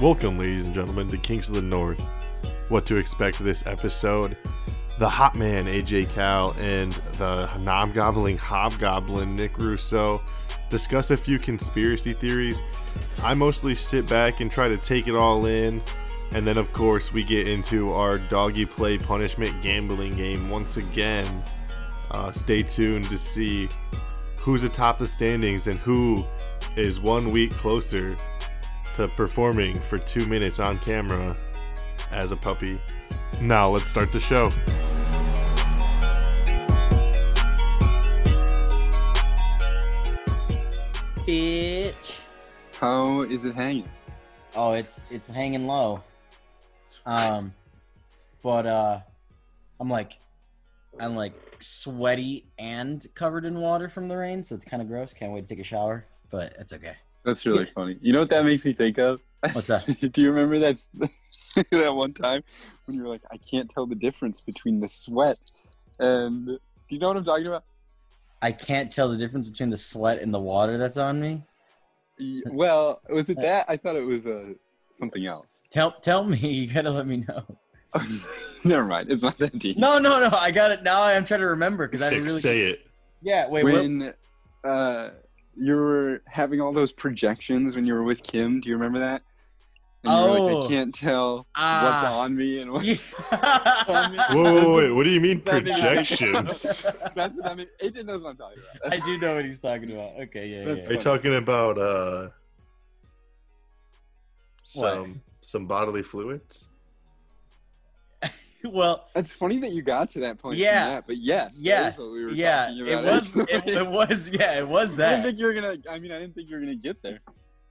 Welcome, ladies and gentlemen, to Kings of the North. What to expect this episode? The Hot Man AJ Cal and the Nomgobbling Hobgoblin Nick Russo discuss a few conspiracy theories. I mostly sit back and try to take it all in. And then, of course, we get into our doggy play punishment gambling game once again. Uh, stay tuned to see who's atop the standings and who is one week closer to performing for two minutes on camera as a puppy. Now let's start the show. bitch. How is it hanging? Oh, it's it's hanging low. Um, but uh, I'm like, I'm like sweaty and covered in water from the rain, so it's kind of gross. Can't wait to take a shower, but it's okay. That's really funny. You know what that makes me think of? What's that? Do you remember that that one time when you were like, I can't tell the difference between the sweat and do you know what I'm talking about? I can't tell the difference between the sweat and the water that's on me. Y- Well, was it that? I thought it was uh, something else. Tell tell me, you gotta let me know. Never mind. It's not that deep. No, no, no. I got it now. I'm trying to remember because I Nick, really. say it. Yeah. Wait. what- when uh, you were having all those projections when you were with Kim, do you remember that? And you were like, Oh. I can't tell what's ah. on me and what's Yeah. Whoa, whoa, wait, what do you mean That didn't make sense. projections? That's what I mean. Aiden knows what I'm talking about. I do know what he's talking about. Okay. Yeah. That's yeah. Are you talking about uh What? some some bodily fluids? Well. That's funny that you got to that point. Yeah. From that, but yes. yes That is what we were yeah Talking it about. was it, it was yeah it was I didn't that think you were gonna. I mean, I didn't think you were gonna get there.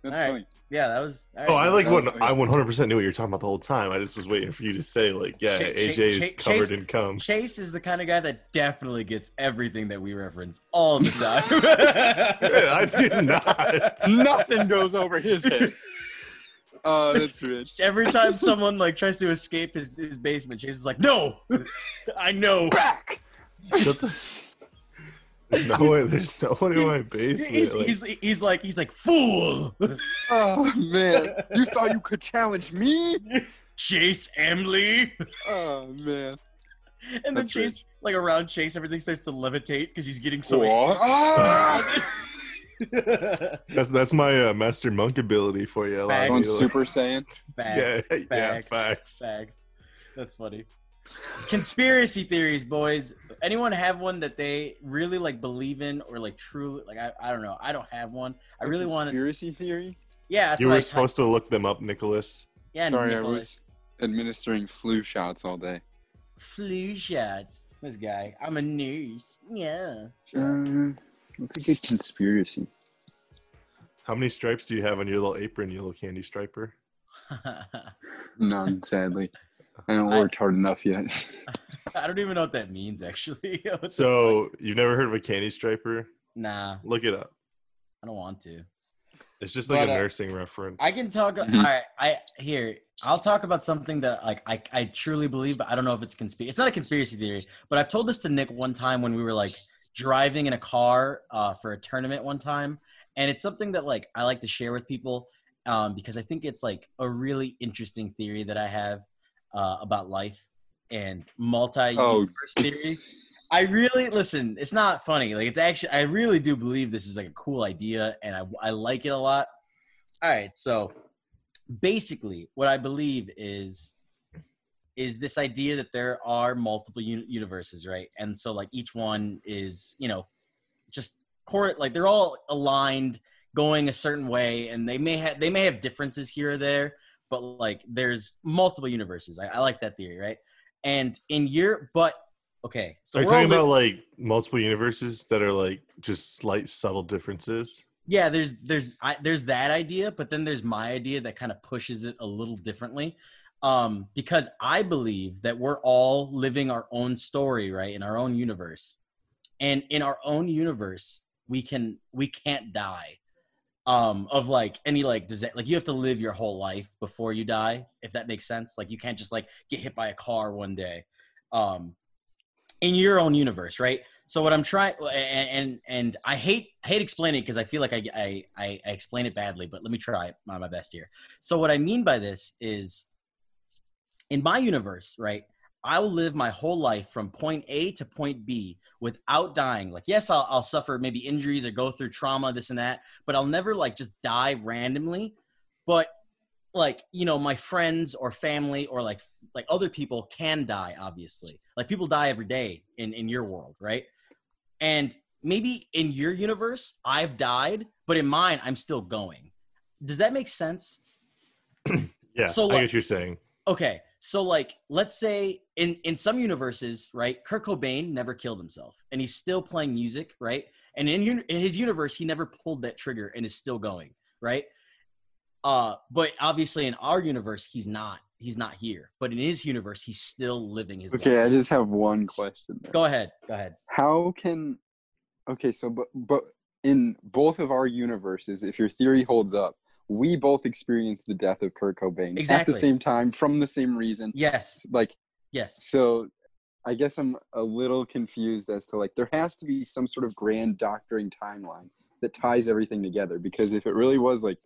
That's All right. funny. yeah that was all right. Oh, I like that what was- okay. I 100% knew what you were talking about the whole time. I just was waiting for you to say like, yeah, Cha- cha- AJ is cha- covered chase- in cum. chase is the kind of guy that definitely gets everything that we reference all the time I did not. Nothing goes over his head. Oh, that's rich. every time someone like tries to escape his, his basement chase is like no i know Back. Shut the- There's no way. There's no one in my basement. he's, like- he's, he's like he's like fool Oh man, you thought you could challenge me? chase emily Oh man. and then That's chase rich. like around chase everything starts to levitate because he's getting so Ah! That's that's my uh, master monk ability for you. Allow On me to, like- Super Saiyan. yeah, Facts, yeah, facts. facts. Facts. That's funny. Conspiracy theories, boys. Anyone have one that they really like believe in or like truly like I, I don't know. I don't have one. I really want to Conspiracy theory. Yeah, that's You what I were typed- supposed to look them up, Nicholas. Yeah, Sorry, I Nicholas. was administering flu shots all day. flu shots. This guy. I'm a nurse. Yeah. Um, what's a good conspiracy? How many stripes do you have on your little apron, you little candy striper? None, sadly. I haven't I- worked hard enough yet. I don't even know what that means actually. What the fuck? So you've never heard of a candy striper? nah, Look it up. I don't want to. It's just like But, a uh, nursing reference. I can talk. all right, I here. I'll talk about something that like I, I truly believe, but I don't know if it's conspiracy. It's not a conspiracy theory, but I've told this to Nick one time when we were like driving in a car uh, for a tournament one time, and it's something that like I like to share with people um, because I think it's like a really interesting theory that I have uh, about life and multi-universe Oh. theory. I really listen. It's not funny. Like it's actually, I really do believe this is like a cool idea, and I I like it a lot. All right, so basically, what I believe is is this idea that there are multiple uni- universes, right? And so like each one is, you know, just core like they're all aligned going a certain way and they may have they may have differences here or there but like there's multiple universes i, I like that theory right and in your but okay so Are you we're all talking li- about like multiple universes that are like just slight subtle differences? yeah there's there's I, there's that idea but then there's my idea that kind of pushes it a little differently um because i believe that we're all living our own story right in our own universe and in our own universe we can we can't die um of like any like does like you have to live your whole life before you die if that makes sense like you can't just like get hit by a car one day um in your own universe, right? So what I'm trying and and, and I hate hate explaining because I feel like I, I I I explain it badly, but let me try my, my best here. So what I mean by this is, in my universe, right? I will live my whole life from point A to point B without dying. Like, yes, I'll, I'll suffer maybe injuries or go through trauma, this and that, but I'll never like just die randomly. But like, you know, my friends or family or like like other people can die, obviously. Like people die every day in in your world, right? And maybe in your universe, I've died, but in mine, I'm still going. Does that make sense? Yeah, So, I get like- what you're saying. okay so like let's say in in some universes right kurt cobain never killed himself and he's still playing music right and in, uni- in his universe he never pulled that trigger and is still going right uh but obviously in our universe he's not he's not here but in his universe he's still living his Okay, life I just have one question. There. go ahead go ahead How can? Okay, so but but in both of our universes, if your theory holds up, we both experienced the death of Kurt Cobain at the Exactly. same time from the same reason. yes Like yes so i guess i'm a little confused as to like there has to be some sort of grand doctoring timeline that ties everything together because if it really was like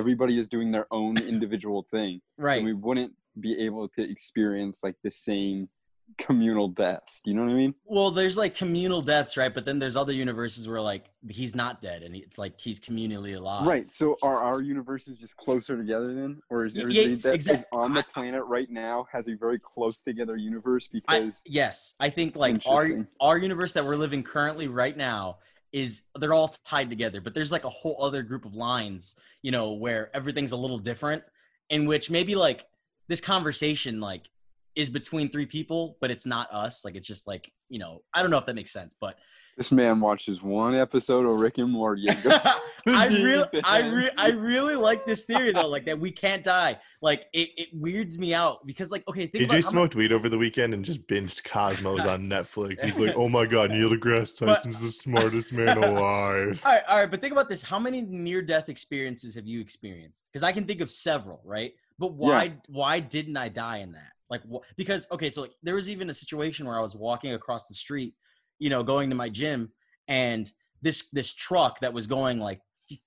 everybody is doing their own individual thing then right we wouldn't be able to experience like the same communal deaths do you know what i mean well there's like communal deaths right but then there's other universes where like he's not dead and it's like he's communally alive right so are our universes just closer together then or is Yeah, everybody that is exact- on I- the planet right now has a very close together universe I, because yes, I think like our Interesting. our universe that we're living currently right now is they're all tied together, but there's like a whole other group of lines, you know, where everything's a little different, in which maybe like this conversation like is between three people, but it's not us. Like it's just like you know, I don't know if that makes sense, but this man watches one episode of rick and morty and goes I really, I re- I really like this theory though, like that we can't die. Like it, it weirds me out because like okay, think Did about you how much- smoked weed over the weekend and just binged Cosmos on Netflix? He's like, oh my god, Neil deGrasse But- Tyson's the smartest man alive. All right, all right, but think about this. How many near-death experiences have you experienced? Because I can think of several, right? But why why didn't I die in that? Like, wh- because okay, so like, there was even a situation where I was walking across the street, you know, going to my gym, and this this truck that was going like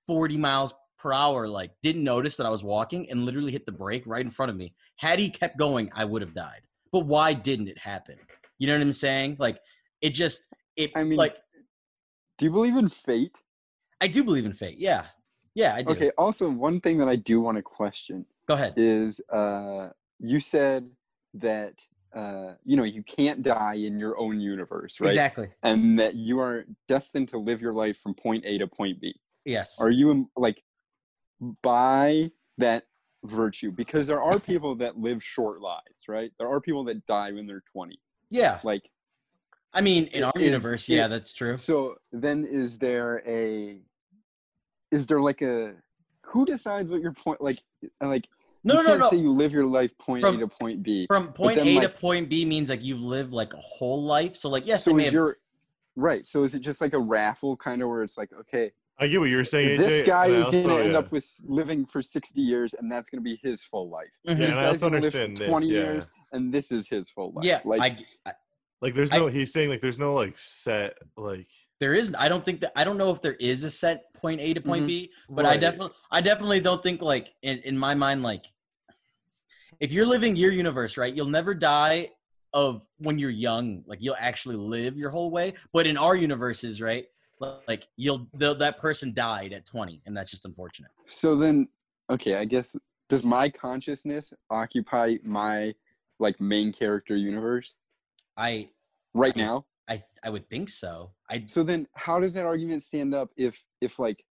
40 miles per hour, like didn't notice that I was walking and literally hit the brake right in front of me. Had he kept going, I would have died. But why didn't it happen? You know what I'm saying? Like, it just it. I mean, like Do you believe in fate? I do believe in fate. Yeah, yeah, I do. Okay. Also, one thing that I do want to question Go ahead. is, uh, you said that uh, you know you can't die in your own universe, right? Exactly. And that you are destined to live your life from point A to point B. Yes. Are you um, like by that virtue? Because there are people that live short lives, right? There are people that die when they're twenty. yeah. Like, I mean, in our Is- universe, yeah, it- that's true. So then is there a is there like a who decides what your point like like No, you no, can't no. say no. you live your life point From- A to point B. From point then, A like- to point B means like you've lived like a whole life. So like, yes, it so may is have- your right. So is it just like a raffle kind of where it's like, okay, I get what you were saying. this AJ, guy and I is also- going to end yeah. up with living for 60 years and that's going to be his full life. Mhm. Yeah, This and I guy's also gonna live for understand that, 20 yeah. years and this is his full life. yeah. Like I, I- Like, there's I- no. he's saying like, there's no like set like. there is. I don't think that. I don't know if there is a set point A to point Mhm. B, but I Right. definitely, I definitely don't think like in, in my mind like, if you're living your universe, right, you'll never die of when you're young. Like you'll actually live your whole way. But in our universes, right, like you'll the, that person died at 20, and that's just unfortunate. So then, okay, I guess does my consciousness occupy my like main character universe I right now? I I would think so. I So then, how does that argument stand up if if like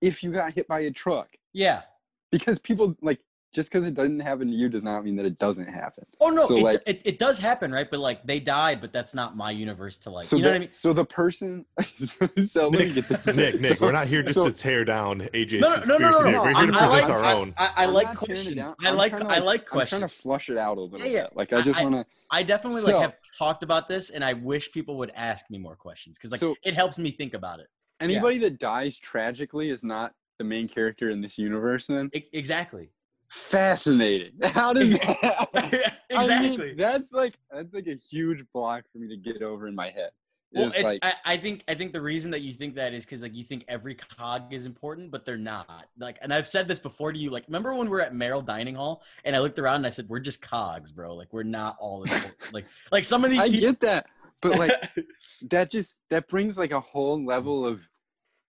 if you got hit by a truck? yeah. Because people like just because it doesn't happen to you does not mean that it doesn't happen. Oh no, So, it, like- it it does happen, right? But like they died, but that's not my universe to like. so you know the, what I mean? so the person so let me get this Nick, straight. Nick, So we're not here just so- to tear down AJ's No, no, no, conspiracy. no, no, theory. no. We're here to I- I present like- our I- own. I, I I'm like not tearing it questions. down. I I'm like trying to, I like I'm trying to questions. flush it out a little Yeah, yeah. bit. Like I just I- want to. I definitely So- like have talked about this, and I wish people would ask me more questions because like So- it helps me think about it. Anybody that dies tragically is not the main character in this universe. Then E- exactly. fascinating. How does that? I exactly. mean, that's like that's like a huge block for me to get over in my head. well, It's it's, like- I, I think I think the reason that you think that is because like you think every cog is important, but they're not. Like, and I've said this before to you. Like, remember when we were at Merrill Dining Hall and I looked around and I said, "We're just cogs, bro. Like, we're not all important." like, like some of these I people. get that, but like that just that brings like a whole level of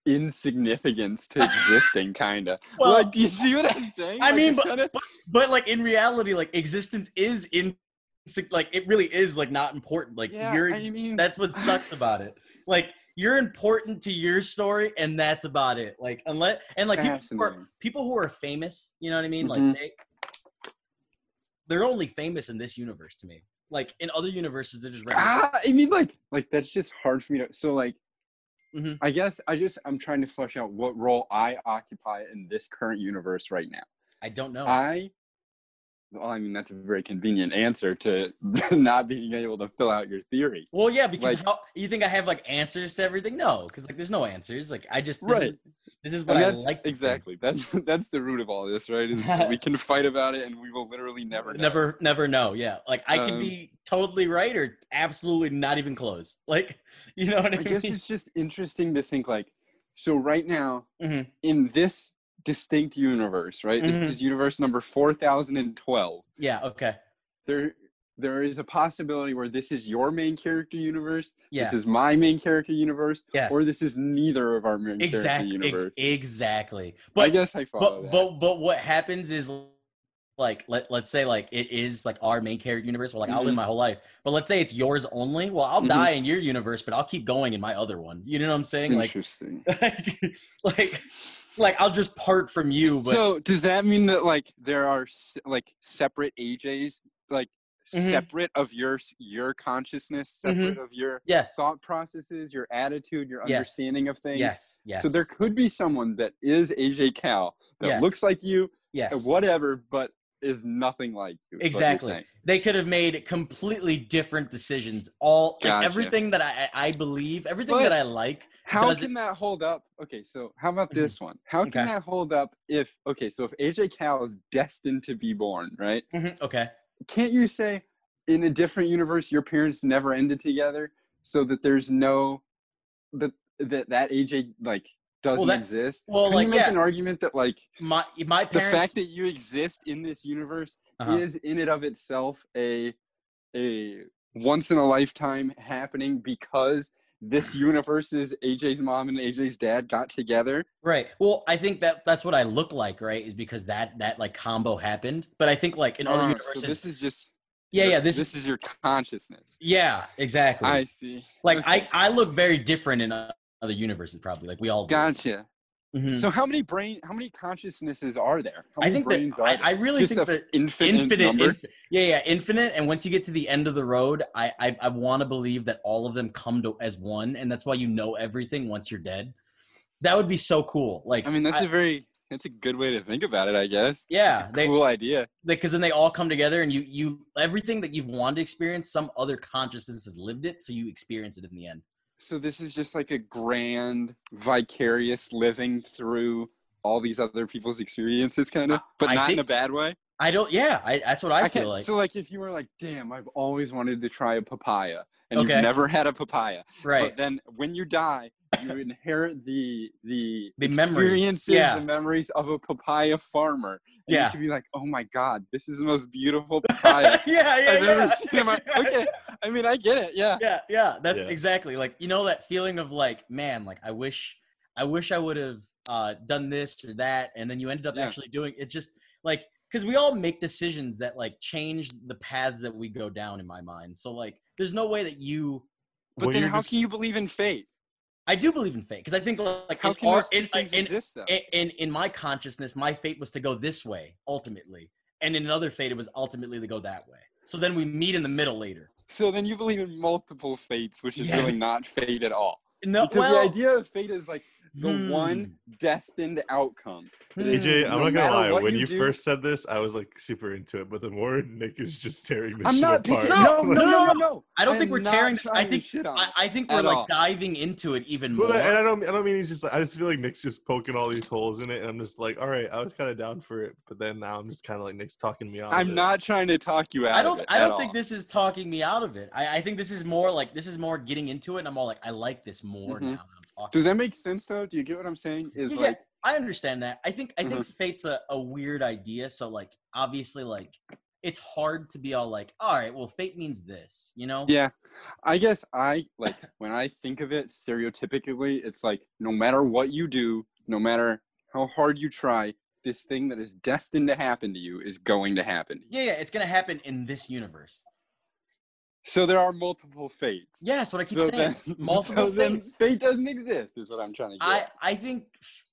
insignificance to existing, kind of. Well, like, do you see what I'm saying? I Like, mean, it but, kinda- but but like in reality, like existence is in like it really is like not important. Like yeah, you're I mean, that's what sucks about it. Like you're important to your story, and that's about it. Like unless and like people who are fascinating. people who are famous, you know what I mean? Mhm. Like they they're only famous in this universe to me. Like in other universes, they're just regular. Ah, I mean, like, like that's just hard for me to. So, like, Mhm. I guess I just I'm trying to flesh out what role I occupy in this current universe right now. I don't know. I, well, I mean, that's a very convenient answer to not being able to fill out your theory. well, yeah, because like- how you think I have like answers to everything? No, because like there's no answers. Like I just this Is, Right. this is what And I that's like. to think. exactly that's that's the root of all this, right? Is we can fight about it, and we will literally never know. never never know yeah like i could Um, be totally right or absolutely not even close like you know what i, I mean guess it's just interesting to think like, so right now Mhm. in this distinct universe, right? Mhm. This is universe number four thousand and twelve. yeah okay there there is a possibility where this is your main character universe, Yeah. this is my main character universe, yes or this is neither of our main exactly character universe. exactly I but guess I follow but, that. but but what happens is like let, let's say like it is like our main character universe well like i'll live Mhm. my whole life but let's say it's yours only well i'll Mhm. die in your universe but i'll keep going in my other one you know what i'm saying like Interesting. like like like i'll just part from you but so does that mean that like there are s- like separate AJs, like Mhm. separate of your s- your consciousness, Mm-hmm. separate of your yes thought processes, your attitude, your Yes. understanding of things? yes yes So there could be someone that is AJ Cal that Yes. looks like you, yes whatever, but is nothing like you. is what you're Exactly. saying. they could have made completely different decisions. All like, Gotcha. everything that I I I believe, everything But- that I like. How Does it- can that hold up? Okay, so how about Mhm. this one? How can Okay. that hold up if okay, so if AJ Cal is destined to be born, right? Mhm, Okay. Can't you say in a different universe your parents never ended together so that there's no that that that AJ like doesn't that- exist? well, Couldn't you like, make yeah. an argument that like My my the parents. fact that you exist in this universe Uh-huh. is in and of itself a a once in a lifetime happening because Hmm. this universe's AJ's mom and AJ's dad got together. right. Well, I think that that's what I look like, right? Is because that that like combo happened. But I think like in other Uh, universes. so this is just yeah, your- yeah. This, this is your consciousness. yeah, exactly. I see. like okay. I I look very different in o- other universes, probably. Like we all. do. Gotcha. Mhm. So how many brain how many consciousnesses are there? How I many think that brains I, I really just think an that infinite, infinite, number. infi- yeah yeah infinite and once you get to the end of the road i i, I want to believe that all of them come to as one and that's why you know everything once you're dead that would be so cool like I mean that's I- a very that's a good way to think about it, I guess. yeah they cool idea. because then they all come together and you you everything that you've wanted to experience some other consciousness has lived it so you experience it in the end So this is just like a grand vicarious living through all these other people's experiences kind of, but I not in think- a bad way. i don't yeah I, that's what i, can't- feel like so like if you were like, "Damn, I've always wanted to try a papaya." And Okay. you've never had a papaya. But right then when you die, you inherit the the, The memories, experiences, yeah. the memories of a papaya farmer. And Yeah. you could be like, "Oh my god, this is the most beautiful papaya yeah yeah I've yeah. ever seen in my Okay. I mean, I get it. Yeah. yeah yeah that's Yeah. exactly like you know that feeling of like man like i wish i wish i would have uh done this or that and then you ended up Yeah. actually doing it just like because we all make decisions that like change the paths that we go down in my mind so like there's no way that you But Well, then you're how just- can you believe in fate? i do believe in fate because i think like How in can our- those two in- things in- exist though? in, in in my consciousness my fate was to go this way ultimately and in another fate it was ultimately to go that way so then we meet in the middle later So then you believe in multiple fates, which is really Yes. not fate at all. no Because well the idea of fate is like the Hmm. one destined outcome. AJ, I'm No not gonna matter lie. what When you, you do- first said this, I was like super into it, but the more Nick is just tearing this I'm shit not apart, picking. No, No, Like, no, no, no, I don't think we're tearing this- I think- shit on I, I think we're At like all. diving into it even more. Well, and I don't, I don't mean he's just. Like, I just feel like Nick's just poking all these holes in it, and I'm just like, all right, I was kind of down for it, but then now I'm just kind of like Nick's talking me off. I'm it. not trying to talk you out. I of don't. it I at don't think all. this is talking me out of it. I, I think this is more like this is more getting into it, and I'm all like, I like this more Mhm. now. That I'm talking. Does that make sense though? Do you get what I'm saying? Is Yeah, yeah. like Mm-hmm. I understand that. I think. I think fate's a, a weird idea. So like, obviously, like it's hard to be all like, all right, well, fate means this, you know? Yeah. I guess I like when I think of it stereotypically, it's like no matter what you do, no matter how hard you try, this thing that is destined to happen to you is going to happen. Yeah, yeah. It's gonna happen in this universe. So there are multiple fates. Yeah, that's what I keep So saying. then- Multiple so then fates. fate doesn't exist is what I'm trying to get. I, at. I think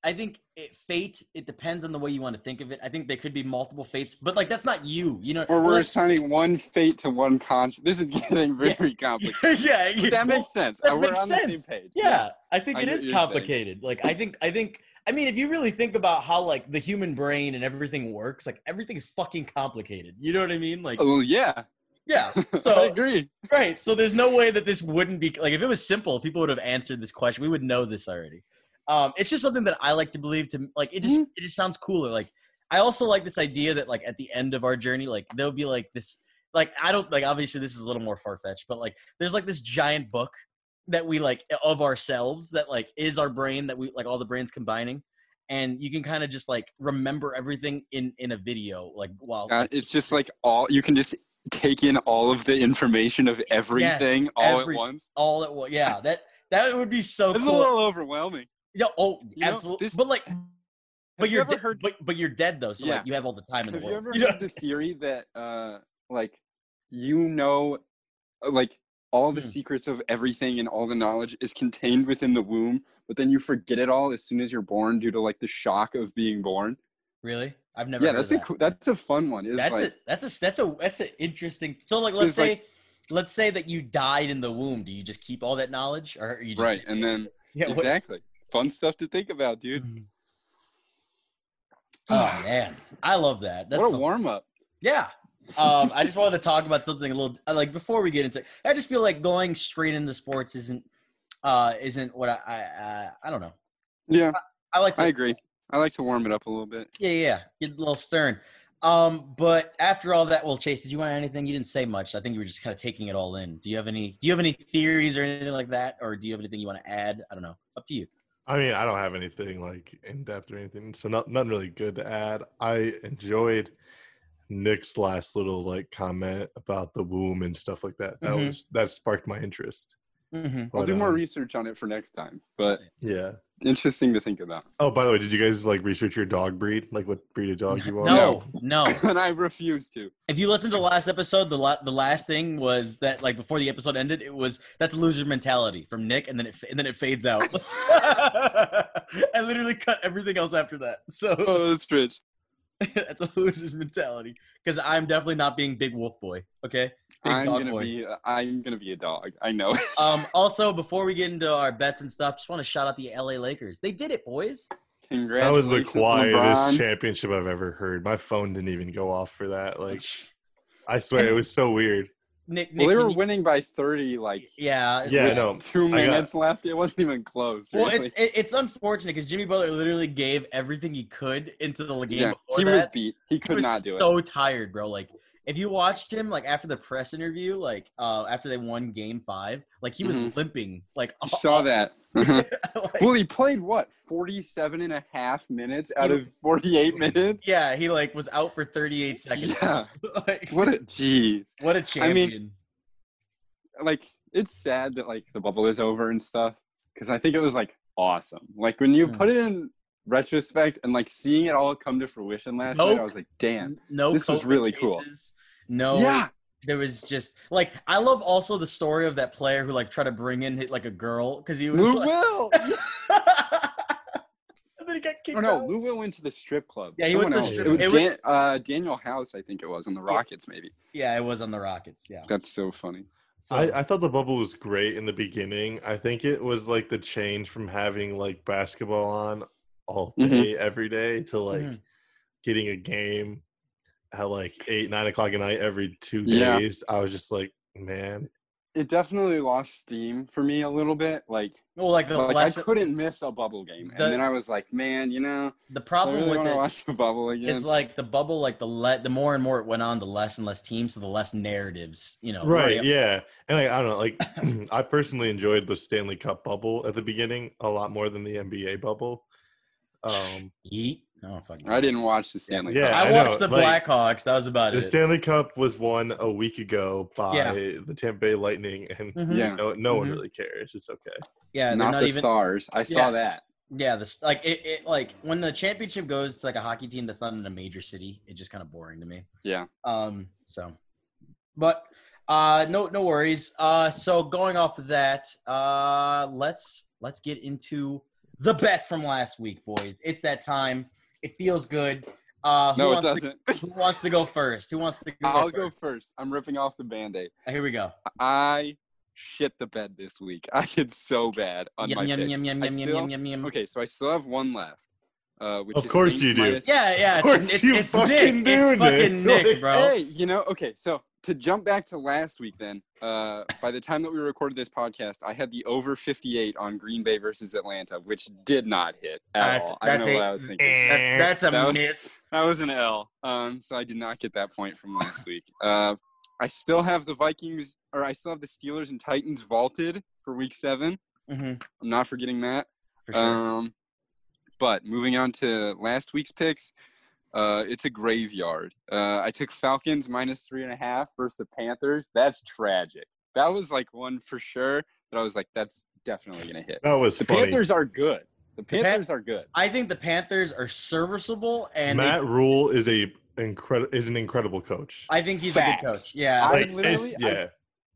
I think it, fate. It depends on the way you want to think of it. I think there could be multiple fates, but like that's not you. You know, or we're like- assigning one fate to one conscious. This is getting very complicated. yeah, yeah. But that well, makes sense. that Uh, we're makes on the sense. same page. yeah. I think I it get is what you're saying. complicated. Like I think I think I mean if you really think about how like the human brain and everything works, like everything's fucking complicated. You know what I mean? Like Oh yeah. yeah. I So agree. right. So there's no way that this wouldn't be like if it was simple, people would have answered this question. We would know this already. Um, it's just something that I like to believe to like it just it just sounds cooler. Like I also like this idea that like at the end of our journey, like there'll be like this like I don't like obviously this is a little more far fetched, but like there's like this giant book that we like of ourselves that like is our brain that we like all the brains combining. And you can kind of just like remember everything in in a video, like while Uh, it's just like all you can just take in all of the information of everything all every- at once. all at once. Yeah, that that would be so It's cool. a little overwhelming. Yeah, oh, You know, absolutely. this- but like, but have you you're ever de- heard- but, but you're dead though, so Yeah. like you have all the time in the Have you world. ever You know? heard the theory that uh like you know uh, like all the Hmm. secrets of everything and all the knowledge is contained within the womb, but then you forget it all as soon as you're born due to like the shock of being born. Really? I've never. yeah, heard of that's a that. cool, that's a fun one. Is That's like a that's a that's a that's an interesting. So like, let's It's say, like- let's say that you died in the womb. Do you just keep all that knowledge, or are you just right, and then yeah, what- exactly fun stuff to think about, dude. Oh Ah, man, I love that. That's what a so- warm up. Yeah. Um, I just wanted to talk about something a little I like before we get into. I just feel like going straight into sports isn't uh isn't what I I I, I don't know. Yeah, I like to I agree. I like to warm it up a little bit. yeah yeah get a little stern. Um, but after all that, well, Chase, did you want anything? You didn't say much. I think you were just kind of taking it all in. Do you have any? Do you have any theories or anything like that, or do you have anything you want to add? I don't know. Up to you. I mean, I don't have anything like in depth or anything, so not nothing really good to add. I enjoyed Nick's last little like comment about the womb and stuff like that. That Mhm. was that sparked my interest. Mm-hmm. Mm-hmm. I'll But, do more um, research on it for next time, but Yeah. interesting to think about. Oh, by the way, did you guys like research your dog breed? Like what breed of dog you are? No, no. and I refuse to. If you listen to the last episode, the la- the last thing was that like before the episode ended, it was that's loser mentality from Nick, and then it f- and then it fades out. I literally cut everything else after that, so Oh, that's rich. that's a loser's mentality because I'm definitely not being big wolf boy. Okay, big I'm dog gonna boy. be. uh, I'm gonna be a dog. I know. it. Um, also, before we get into our bets and stuff, just want to shout out the LA Lakers. They did it, boys. That Congratulations, was the quietest LeBron. championship I've ever heard. My phone didn't even go off for that. Like I swear it was so weird. Nick, Nick Well, they can were you- winning by 30, like yeah, it's Yeah, I weird. know. two got- minutes left. It wasn't even close. Well, really. it's it, it's unfortunate because Jimmy Butler literally gave everything he could into the game yeah, before he that. was beat. He He could was not do it. so tired, bro. Like if you watched him, like after the press interview, like uh, after they won Game Five, like he was Mhm. limping. Like You saw that. like, well, he played what 47 and a half minutes out of 48 minutes. yeah, he like was out for 38 seconds. Yeah. like, What a jeez. what a I champion! mean- like it's sad that like the bubble is over and stuff because I think it was like awesome. Like when you Mm. put it in retrospect and like seeing it all come to fruition last night, Nope. I was like, damn. no, This was COVID really cool. cases, No, Yeah, there was just like I love also the story of that player who like tried to bring in like a girl because he was Lou like, Will. and then he got kicked Oh no, out. Lou Will went to the strip club. Yeah, he went to the Someone strip- else. It was, it was- Dan- uh, Daniel House, I think it was, on the Rockets. Maybe Yeah, it was on the Rockets. Yeah. that's so funny. So I, I thought the bubble was great in the beginning. I think it was like the change from having like basketball on all Mhm. day, every day to like Mhm. getting a game at like eight, nine o'clock at night every two Yeah. days. I was just like, man, It definitely lost steam for me a little bit. Like, well, like the like I lesson, couldn't miss a bubble game, The- and then I was like, man, you know, the I problem really with want to it watch the bubble again. is like the bubble, like the le- the more and more it went on, the less and less teams, so the less narratives, you know. right? were- Yeah, and like, I don't know. Like, I personally enjoyed the Stanley Cup bubble at the beginning a lot more than the NBA bubble. Um, Yeet. Oh fuck. I didn't watch the Stanley. Yeah, Cup. I I watched know, the like, Blackhawks. That was about the it. Stanley Cup was won a week ago by Yeah. the Tampa Bay Lightning, and Mhm. Yeah. no, no one Mhm. really cares. It's okay. Yeah, they're not, not the even. stars. I Yeah. saw that. Yeah, this like it, it like when the championship goes to like a hockey team that's not in a major city, it's just kind of boring to me. Yeah. Um. So, but uh, no, no worries. Uh, so going off of that, uh, let's let's get into the bets from last week, boys. It's that time. It feels good. Uh, who No, it wants doesn't. To, who wants to go first? Who wants to go I'll first? Uh, go first. I'm ripping off the band-aid. Here we go. I shit the bed this week. I did so bad on my Yum yum, picks. yum yum I yum still- yum yum yum. Okay, so I still have one left. Uh, which Of is course Saints you do. minus- Yeah, yeah. Of It's course it's, you it's fucking Nick. do, Nick. It's fucking Nick, Like, bro. Hey, you know, okay, so to jump back to last week then, uh, by the time that we recorded this podcast, I had the over 58 on Green Bay versus Atlanta, which did not hit at That's- all. I don't that's know what a- I was thinking. That- that's a That was- miss. That was an L. Um, so I did not get that point from last week. Uh, I still have the Vikings, or I still have the Steelers and Titans vaulted for week seven. hmm I'm not forgetting that. For sure. Um, but moving on to last week's picks, uh, it's a graveyard. Uh, I took Falcons minus three and a half versus the Panthers. That's tragic. That was like one for sure that I was like, that's definitely gonna hit. That was The funny. Panthers are good. The Pan- Panthers are good. I think the Panthers are serviceable, and they- Matt Rule is a incredible is an incredible coach. I think he's a Facts. good coach. Yeah, I Like, it's, literally- I- yeah,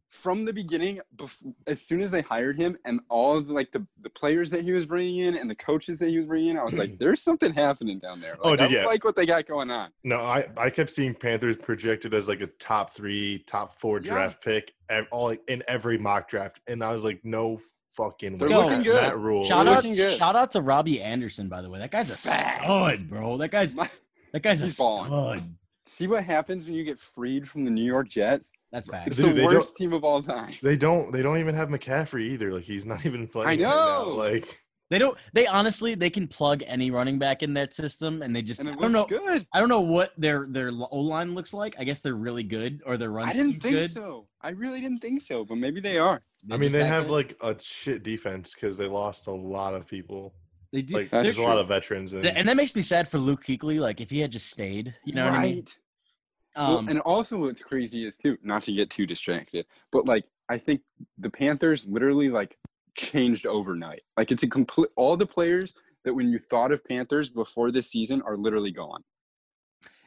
From the beginning, bef- as soon as they hired him, and all of, like the, the players that he was bringing in and the coaches that he was bringing in, I was like, "There's something happening down there." Oh, Like, I dude, yeah. like what they got going on. no, I I kept seeing Panthers projected as like a top three, top four Yeah. draft pick, ev- all like, in every mock draft, and I was like, no fucking They're way. looking Matt- good. Matt Rule. shout out, looking good. shout out to Robbie Anderson, by the way. That guy's a stud, bro. That guy's My- that guy's a He's balling. stud. see what happens when you get freed from the New York Jets. That's It's facts. Dude, the they don't- worst team of all time. They don't. They don't even have McCaffrey either. Like he's not even playing. right now. know. Like They don't. They honestly, they can plug any running back in that system, and they just. And I it don't looks know. good. I don't know what their their O line looks like. I guess they're really good, or their runs. I didn't think good. so. I really didn't think so, but maybe they are. I mean, just they that have good. like a shit defense because they lost a lot of people. they do. Like That's there's a lot true. of veterans and, and that makes me sad for Luke Kuechly. Like if he had just stayed, you know what I mean. Well, Um, and also, what's crazy is too, not to get too distracted, but like, I think the Panthers literally like changed overnight. Like, it's a complete, all the players that when you thought of Panthers before this season are literally gone.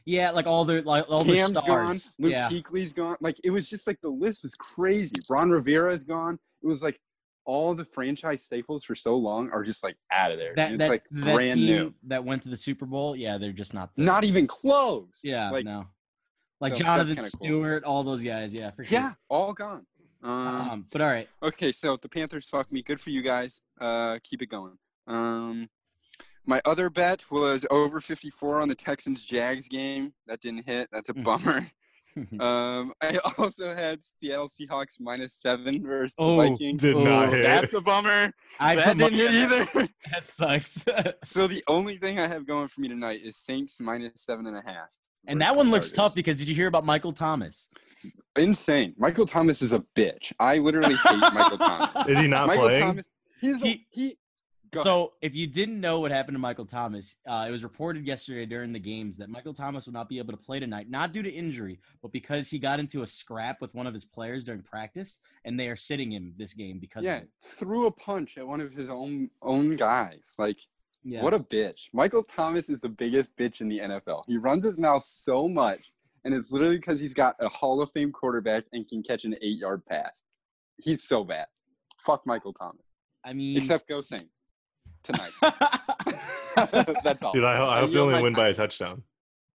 yeah, like all their like all Cam's their gone. stars. Luke yeah. Kuechly's gone. Like it was just like the list was crazy. Ron Rivera's gone. It was like all the franchise staples for so long are just like out of there. that, and it's that, like that brand team new. that went to the Super Bowl, yeah, they're just not there. Not even close. yeah, Like no, like so that's Jonathan kinda cool. Stewart, all those guys, yeah, for sure. Yeah, all gone. Um, um, but all right, okay, so the Panthers fuck me. Good for you guys. Uh, keep it going. Um, my other bet was over 54 on the Texans Jags game. That didn't hit. That's a Mhm. bummer. Um, I also had Seattle Seahawks minus seven versus Oh, the Vikings. did not Oh, hit. That's a bummer. I that put didn't money on hit either. that. That sucks. so the only thing I have going for me tonight is Saints minus seven and a half. and versus that the one looks tough Chargers. because did you hear about Michael Thomas? Insane. Michael Thomas is a bitch. I literally hate Michael Thomas. is he not Michael playing? Thomas. He's he, He- he. Go ahead. So, if you didn't know what happened to Michael Thomas, uh, it was reported yesterday during the games that Michael Thomas would not be able to play tonight, not due to injury, but because he got into a scrap with one of his players during practice, and they are sitting him this game because yeah, of it. threw a punch at one of his own own guys. Like, Yeah. what a bitch. Michael Thomas is the biggest bitch in the NFL. He runs his mouth so much, and it's literally because he's got a Hall of Fame quarterback and can catch an eight yard pass. He's so bad. Fuck Michael Thomas. I mean, Except go Saints tonight. That's all. Dude, I, ho- I Oh, I hope they yield only my win by a touchdown.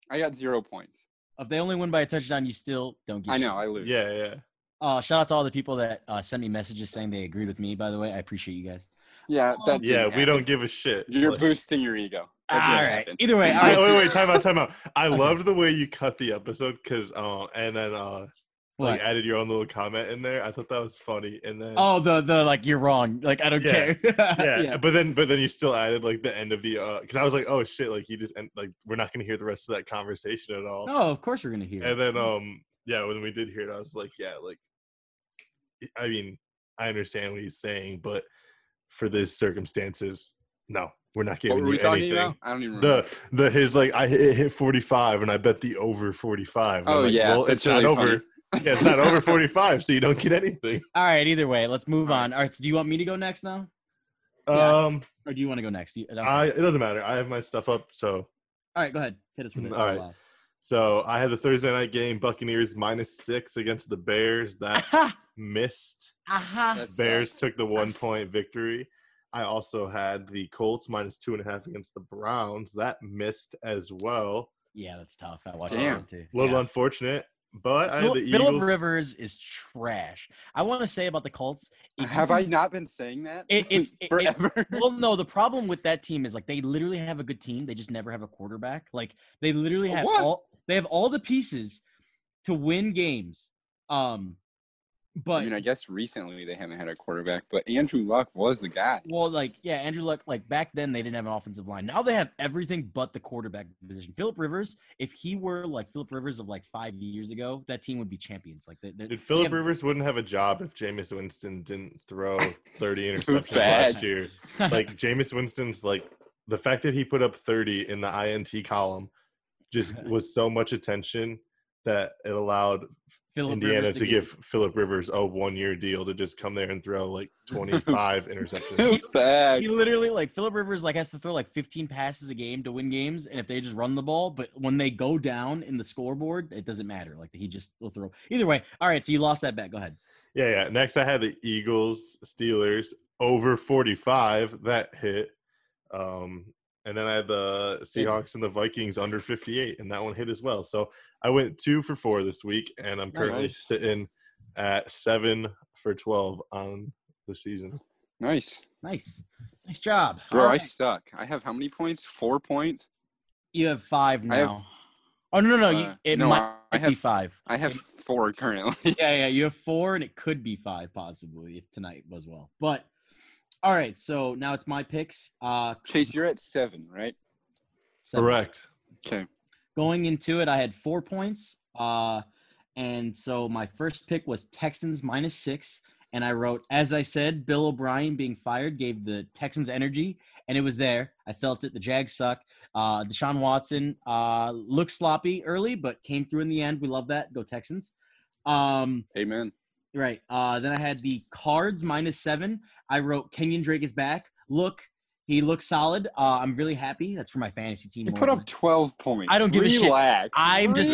I got zero points. if they only win by a touchdown, you still don't get. I shit. know, I lose. Yeah, yeah. Uh, shout out to all the people that uh, sent me messages saying they agreed with me. By the way, I appreciate you guys. Yeah, that didn't Yeah, we happen. don't give a shit. You're Like- boosting your ego. All That didn't right. happen. Either way, all Wait, right. wait, wait, time out, time out. I Okay. loved the way you cut the episode because, uh, and then uh, like What? added your own little comment in there. I thought that was funny, and then Oh, the the like you're wrong. Like I don't Yeah. care. yeah, but then but then you still added like the end of the uh, because I was like, oh shit, like he just and like we're not gonna hear the rest of that conversation at all. No, Oh, of course we're gonna hear. And it. then Mm-hmm. um, yeah, when we did hear it, I was like, yeah, like, I mean, I understand what he's saying, but for these circumstances, no, we're not What giving were we you talking anything. about? Mm. I don't even remember. the the his like I hit, it hit 45 and I bet the over 45. And I'm oh like, yeah, well, that's it's really not funny. over. Yeah, it's not over 45, so you don't get anything. all right. Either way, let's move All right. on. All right. So do you want me to go next now, Yeah. Um, or do you want to go next? You- I don't- I it doesn't matter. I have my stuff up. So all right. Go ahead. Hit us with it. All right. so I had the Thursday night game Buccaneers minus six against the Bears that Aha. missed. Aha. That's- sucks. Bears took the one point victory. I also had the Colts minus two and a half against the Browns that missed as well. Yeah, that's tough. I watched Damn. that one too. A little Yeah. unfortunate, but I had Phil- the Philip Eagles. Rivers is trash. I want to say about the Colts. if Have you- I not been saying that It- it's- it- it- forever? Well, no. The problem with that team is like they literally have a good team. They just never have a quarterback. Like they literally have What? all they have all the pieces to win games. Um, I but mean, I guess recently they haven't had a quarterback, but Andrew Luck was the guy. well, like yeah, Andrew Luck. Like back then they didn't have an offensive line. Now they have everything but the quarterback position. Philip Rivers, if he were like Philip Rivers of like five years ago, that team would be champions. Like they, they, Dude, they Philip have- Rivers wouldn't have a job if Jameis Winston didn't throw 30 interceptions Facts. last year. Like Jameis Winston's like the fact that he put up 30 in the INT column just was so much attention that it allowed Phillip Indiana Rivers to, get- give Philip Rivers a one-year deal to just come there and throw like 25 interceptions. Fact. He literally like Philip Rivers like has to throw like 15 passes a game to win games, and if they just run the ball, but when they go down in the scoreboard, it doesn't matter. Like he just will throw. Either way, all right. So you lost that bet. Go ahead. Yeah, yeah. Next, I had the Eagles Steelers over 45 that hit, um, and then I had the Seahawks and the Vikings under 58, and that one hit as well. So I went two for four this week, and I'm currently Nice. sitting at seven for 12 on the season. Nice. Nice, nice job, Bro, All I right. suck. I have how many points? Four points? You have five now. I have- oh no, no, no. Uh, You, it no, might I be have, five. I have four currently. yeah, yeah. You have four, and it could be five possibly if tonight was well. But all right. So now it's my picks. Uh, Chase, you're at seven, right? seven. Okay. going into it, I had four points. Uh, and so my first pick was Texans minus six. And I wrote, as I said, Bill O'Brien being fired gave the Texans energy, and it was there. I felt it. The Jags suck. Uh, Deshaun Watson uh, looked sloppy early, but came through in the end. We love that. Go Texans. Um, Amen. Right. Uh, then I had the cards minus seven. I wrote Kenyon Drake is back. Look, he looks solid. Uh, I'm really happy. That's for my fantasy team. You put only. up 12 points. I don't give a shit. Relax. I'm just-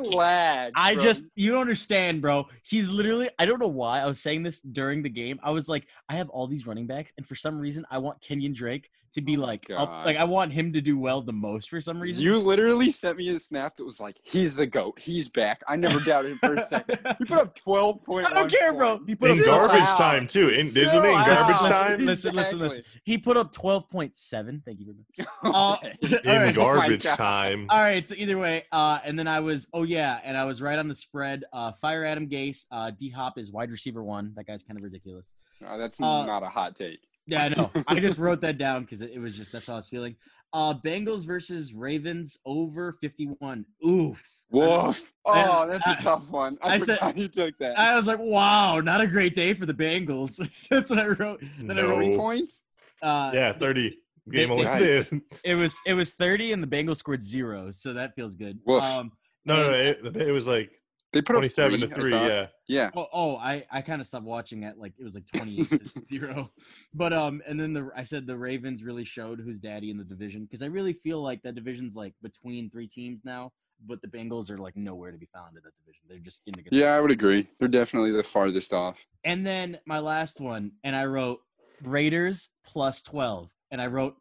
Relax. I bro. just you don't understand, bro. He's literally I don't know why I was saying this during the game. I was like, I have all these running backs, and for some reason, I want Kenyon Drake to be Oh my like, up, God. like I want him to do well the most for some reason. You literally sent me a snap that was like, he's the GOAT. He's back. I never doubted him for a second. You put up 12 points. I don't care, bro. You put In up Chill garbage out. time too. In, isn't it in Chill garbage out. time? Listen, listen, listen. He put up twelve point seven. Thank you very much. Uh, all In right. garbage God. time. All right. So either way, uh, and then I was, oh yeah, and I was right on the spread. Uh, fire Adam Gase. Uh, D Hop is wide receiver one. That guy's kind of ridiculous. that's Uh, not a hot take. Yeah, I know. I just wrote that down because it, it was just that's how I was feeling. Uh, Bengals versus Ravens over fifty-one. Oof. Woof. I- Oh, that's I- a tough one. I, I said- forgot you took that. I was like, wow, not a great day for the Bengals. that's what I wrote. Then I wrote. No. Three points? Uh, yeah, 30. Game They- only. Yikes. It was it was thirty, and the Bengals scored zero, so that feels good. Woof. Um, No, no, it, it was like They put 27 to up 3. I thought. Yeah. Yeah. Oh, oh I, I kind of stopped watching at like it was like 28 to 0. But um and then the I said the Ravens really showed who's daddy in the division cuz I really feel like that division's like between three teams now, but the Bengals are like nowhere to be found in that division. They're just in the good. Yeah, I would agree. They're definitely the farthest off. And then my last one and I wrote Raiders plus 12 and I wrote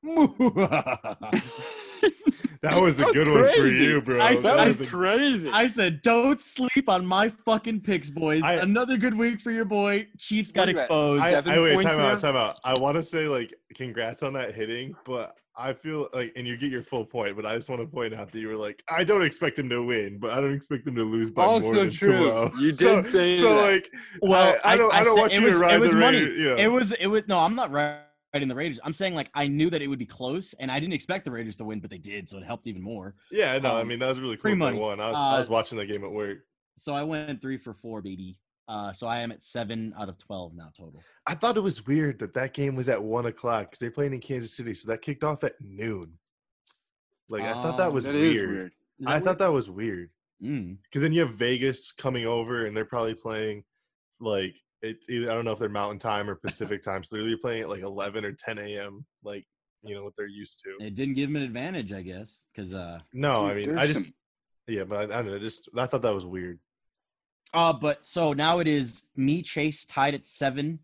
That was a That was good one for crazy. you, bro. I- that That was was a- it. crazy. I said, don't sleep on my fucking picks, boys. I- Another good week for your boy. Chiefs got Look at that. exposed. I, seven I wait, points time out, now? time out. I want to say like congrats on that hitting, but I feel like and you get your full point, but I just want to point out that you were like, I don't expect them to win, but I don't expect them to lose by more Also than true. 2 You did say so that. like Well, I, I don't I, I don't said- want it you was- to it ride was the money. Raiders, you know. It was it was no, I'm not riding the Raiders. I'm saying like I knew that it would be close, and I didn't expect the Raiders to win, but they did, so it helped even more. yeah, no, I um, mean that was really cool free that they money. won. I was, I Uh, was watching that game at work. So I went three for four, baby. Uh, so I am at seven out of twelve now total. I thought it was weird that that game was at one o'clock because they played in Kansas City, so that kicked off at noon. Like I thought that Oh, was That weird. is weird. I thought that was weird. Mm. because then you have Vegas coming over and they're probably playing like it's either I don't know if they're Mountain Time or Pacific Time, so they're either playing at like 11 or 10 a.m. Like you know what they're used to. It didn't give him an advantage, I guess, because uh, No, I Dude, mean I there's just some- yeah, but I, I don't know. Just I thought that was weird. Uh, but so now it is me, Chase, tied at seven.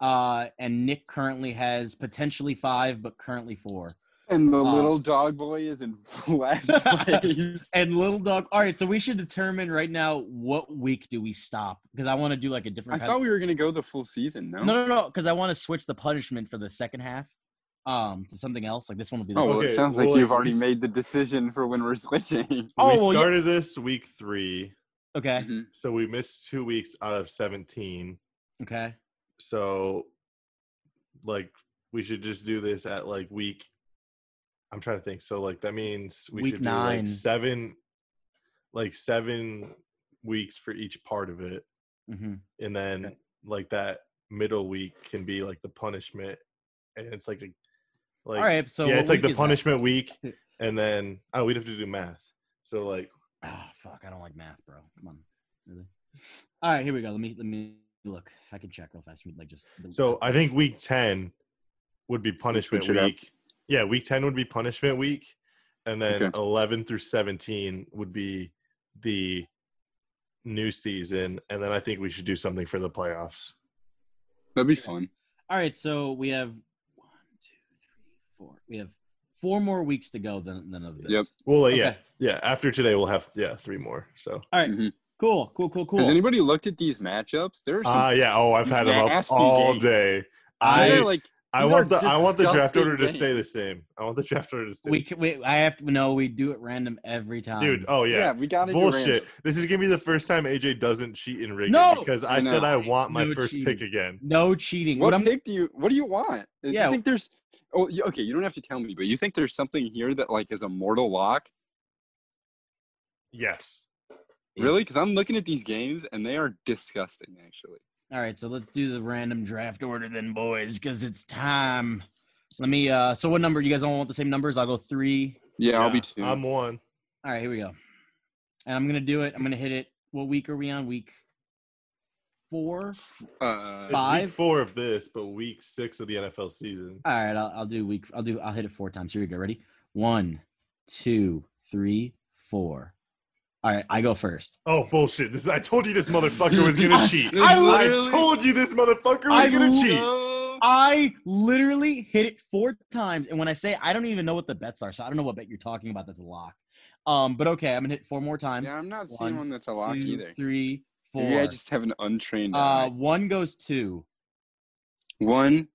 Uh, and Nick currently has potentially five, but currently four. and the uh, little dog boy is in last place. And Little Dog. All right, so we should determine right now what week do we stop because I want to do like a I different. thought we were gonna go the full season. No. no, no, no, because I want to switch the punishment for the second half, um, to something else. Like this one will be. The Oh, well, Okay, it sounds well, like you've like, already we- made the decision for when we're switching. we Oh, well, yeah. started this week three, Okay. Mhm. so we missed two weeks out of 17. Okay. So like we should just do this at like week. I'm trying to think. So like that means we Week should do nine. like seven, like seven weeks for each part of it, Mm-hmm. and then like that middle week can be like the punishment, and it's like a, like all right. So yeah, what it's like week the is that? punishment week, and then oh we'd have to do math. So like Ah, fuck! I don't like math, bro. Come on. Really? All right, here we go. Let me let me look. I can check real fast. Like just the- So I think week ten would be punishment it up. week. Yeah, week ten would be punishment week, and then Okay. eleven through seventeen would be the new season, and then I think we should do something for the playoffs. That'd be fun. All right, so we have one, two, three, four. We have four more weeks to go than, than of this. Yep. Well, uh, yeah, Okay. yeah. After today, we'll have yeah three more. So All right. Mhm. Cool. Cool. Cool. Cool. Has anybody looked at these matchups? There are some. ah yeah. Oh, I've had them up Nasty all games. day. I- these are I like I these want the are I want the draft disgusting order to games. stay the same. I want the draft order to stay. we, the can, we I have to no. We do it random every time. same. dude. Oh um, yeah, we got it. Bullshit. This is gonna be the first time AJ doesn't cheat in rigging No! because I No. said I want my No first pick cheating. again. No cheating. What, What, I'm pick do you? What do you want? Uh, Yeah. You think there's? Oh, you- okay. You don't have to tell me, but you think there's something here that like is a mortal lock? Yes. Really? Because I'm looking at these games and they are disgusting. Actually, all right. So let's do the random draft order then, boys, because it's time. Let me. uh So what number? You guys all want the same numbers? I'll go three. yeah, I'll be Yeah, 2 I'm one. All right, here we go. And I'm gonna do it. I'm gonna hit it. What week are we on? Week four. It's uh, Fuck. Week Five? four of this, but week six of the NFL season. All right, I'll, I'll do week. I'll do. I'll hit it four times. Here we go. Ready? One, two, three, four. All right, I go first. Oh bullshit! This I told you this motherfucker was gonna cheat. This I, literally- told you this motherfucker was I gonna will- cheat. I literally hit it four times, and when I say I don't even know what the bets are, so I don't know what bet you're talking about. That's a lock. Um, but okay, I'm gonna hit four more times. Yeah, I'm not seeing One, one that's a lock Two, either. three, four. Maybe I just have an untrained uh, eye. one goes two. One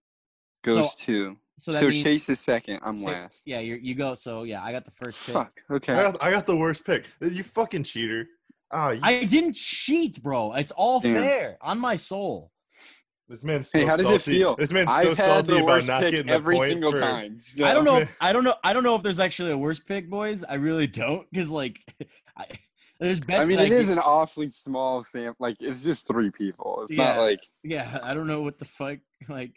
goes so- two. So So, that means, Chase is second. I'm Chase- last. Yeah, you you go. So yeah, I got the first pick. Fuck. I Okay. got, I got the worst pick. You fucking cheater. Ah, you- I didn't cheat, bro. It's all Damn. fair on my soul. this man's so Hey, how does it salty. feel? This man's so I've had salty the about worst not pick getting every the point single for- time. I don't know. Okay. I don't know. I don't know if there's actually a worse pick, boys. I really don't, because like, I, there's bets. I mean, that it is get- an awfully small sample. Like, it's just three people. It's Yeah. not like Yeah, I don't know what the fuck. Like,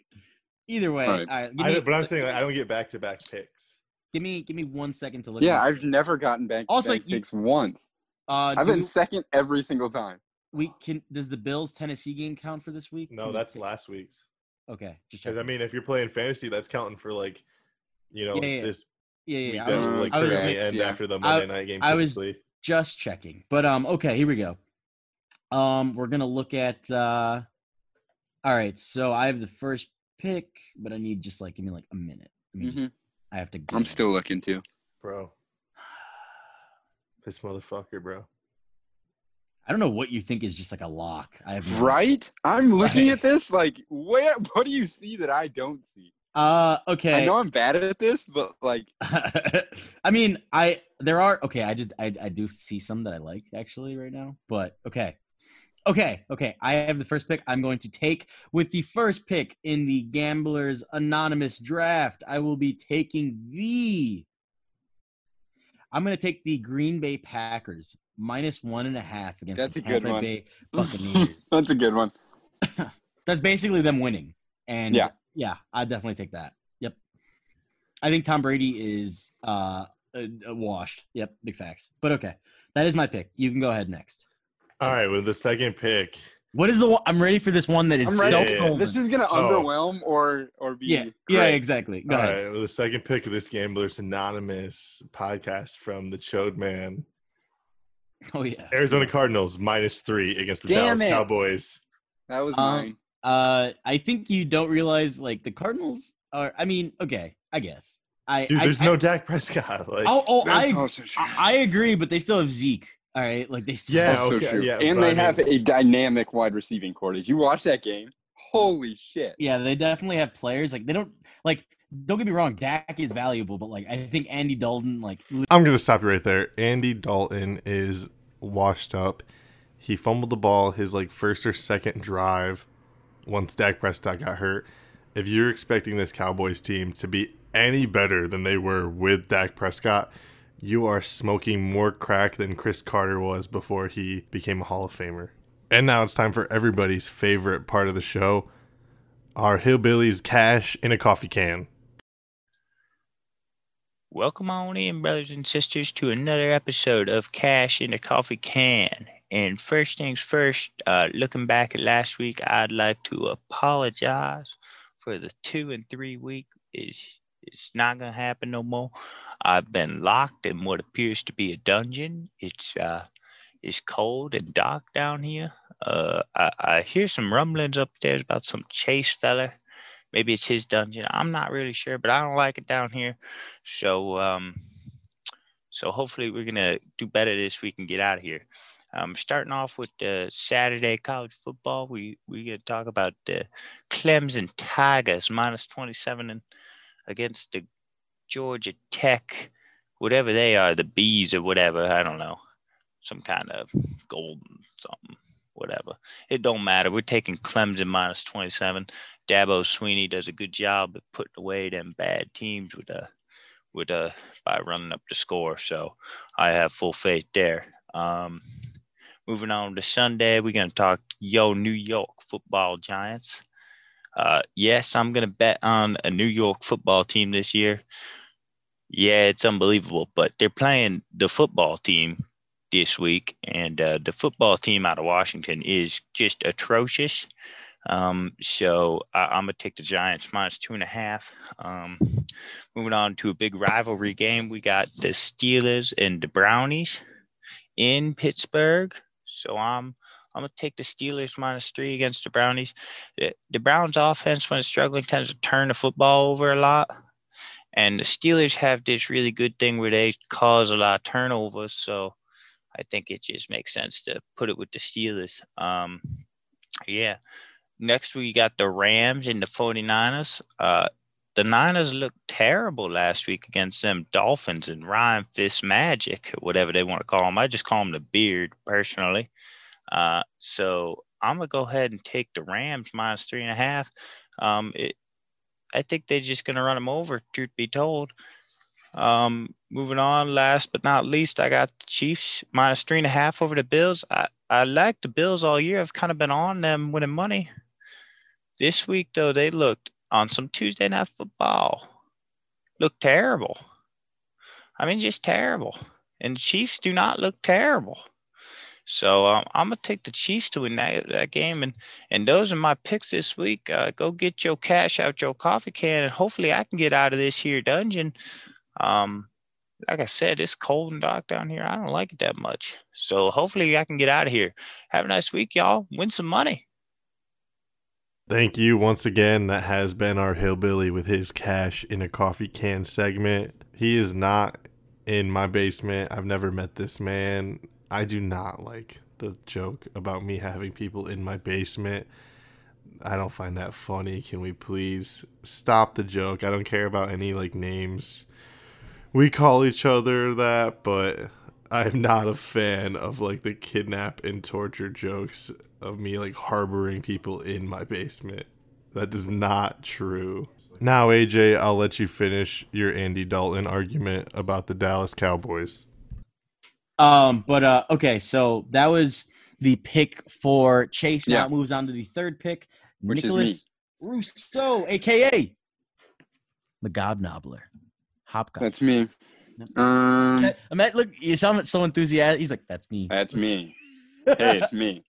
either way, all right. Alright. give, I, me, but I'm saying like, I don't get back to back picks. give me give me one second to look. Yeah, at I've never gotten back Also, also you- picks once. Uh, I've do been we- second every single time. we can. Does the Bills Tennessee game count for this week? No, Can we that's take- last week's. okay. Just Because I checking. mean, if you're playing fantasy, that's counting for like, you know, Yeah, yeah, yeah. this yeah, yeah. week yeah. I that was- will like I was- currently Correct, end yeah. after the I- Monday night game. I was- Typically. just checking. But um, okay, here we go. Um, we're gonna look at. uh All right, so I have the first pick, Mm-hmm. but I need just like give me like a minute. Let me just- I have to. Go. I'm still looking too. bro. This motherfucker, bro. I don't know what you think is just like a lock. I have no- Right? I'm looking Right. at this like, where? What do you see that I don't see? Uh, okay. I know I'm bad at this, but like, I mean, I there are okay. I just I I do see some that I like actually right now, but okay, okay, okay. I have the first pick. I'm going to take with the first pick in the Gamblers Anonymous draft. I will be taking the. I'm going to take the Green Bay Packers minus one and a half against That's the a good Tampa one. Bay Buccaneers. that's a good one. That's basically them winning. And Yeah. yeah, I definitely take that. Yep. I think Tom Brady is uh, uh uh, washed. Yep, big facts. But okay, that is my pick. You can go ahead next. All right, with the second pick, What is the one? I'm ready for this one that is I'm so. ready. Yeah, yeah, yeah. golden. This is gonna Oh. underwhelm or or be yeah, yeah, great. exactly. Go all ahead. right, with the second pick of this Gamblers Anonymous podcast from the Chode Man, Oh yeah. Arizona Cardinals minus three against the Damn Dallas it. Cowboys. That was Um, mine. Uh, I think you don't realize like the Cardinals are. I mean, okay, I guess. I Dude, I- there's I- no Dak Prescott. Like, Oh, oh, That's I, also true. I I agree, but they still have Zeke. All right, like they still. Yeah, also okay, true. yeah, and but I they have mean- a dynamic wide receiving core. Did you watch that game? Holy shit! Yeah, they definitely have players. Like they don't like don't get me wrong, Dak is valuable, but like I think Andy Dalton, like li- I'm gonna stop you right there. Andy Dalton is washed up. He fumbled the ball his like first or second drive once Dak Prescott got hurt. If you're expecting this Cowboys team to be any better than they were with Dak Prescott, you are smoking more crack than Chris Carter was before he became a Hall of Famer. And now it's time for everybody's favorite part of the show our hillbillies cash in a coffee can. Welcome on in, brothers and sisters, to another episode of Cash in a Coffee Can. And first things first, uh, looking back at last week, I'd like to apologize for the two and three week. It's, it's not going to happen no more. I've been locked in what appears to be a dungeon. It's, uh, it's cold and dark down here. Uh, I, I hear some rumblings upstairs about some chase fella. Maybe it's his dungeon. I'm not really sure, but I don't like it down here. So um, so hopefully we're gonna do better this week and get out of here. Um, starting off with uh, Saturday college football, we we're gonna talk about uh, Clemson Tigers minus 27 and against the Georgia Tech, whatever they are, the bees or whatever. I don't know, some kind of golden something, whatever. It don't matter. We're taking Clemson minus 27. Dabo Sweeney does a good job at putting away them bad teams with a with uh by running up the score. So I have full faith there. Um, moving on to Sunday, we're gonna talk yo New York football giants. Uh, yes, I'm gonna bet on a New York football team this year. Yeah, it's unbelievable, but they're playing the football team this week, and uh, the football team out of Washington is just atrocious. Um, so I, I'm gonna take the Giants minus two and a half. Um, moving on to a big rivalry game, we got the Steelers and the Brownies in Pittsburgh. So I'm I'm gonna take the Steelers minus three against the Brownies. The, the Browns' offense, when it's struggling, tends to turn the football over a lot. And the Steelers have this really good thing where they cause a lot of turnovers. So I think it just makes sense to put it with the Steelers. Um, yeah. Next, we got the Rams and the 49ers. Uh, the Niners looked terrible last week against them Dolphins and Ryan Fitzmagic, whatever they want to call him. I just call him the beard personally. Uh, so I'm gonna go ahead and take the Rams minus three and a half. Um, it, I think they're just gonna run them over. Truth be told. Um, moving on, last but not least, I got the Chiefs minus three and a half over the Bills. I, I like the Bills all year. I've kind of been on them winning money. This week though, they looked on some Tuesday night football look terrible. I mean, just terrible. And the Chiefs do not look terrible. So um, I'm gonna take the Chiefs to win that, that game, and and those are my picks this week. Uh, go get your cash out your coffee can, and hopefully I can get out of this here dungeon. Um, like I said, it's cold and dark down here. I don't like it that much. So hopefully I can get out of here. Have a nice week, y'all. Win some money. Thank you once again. That has been our hillbilly with his cash in a coffee can segment. He is not in my basement. I've never met this man. I do not like the joke about me having people in my basement. I don't find that funny. Can we please stop the joke? I don't care about any like names. We call each other that, but I'm not a fan of like the kidnap and torture jokes of me like harboring people in my basement. That is not true. Now, AJ, I'll let you finish your Andy Dalton argument about the Dallas Cowboys. Um, but uh, okay, so that was the pick for Chase. Now Yeah. it moves on to the third pick, Which is Nicholas Rousseau, aka the Gobnobbler, Hopgob. That's me. Um, I'm at, look, you sound so enthusiastic. He's like, "That's me." that's me. Hey, it's me.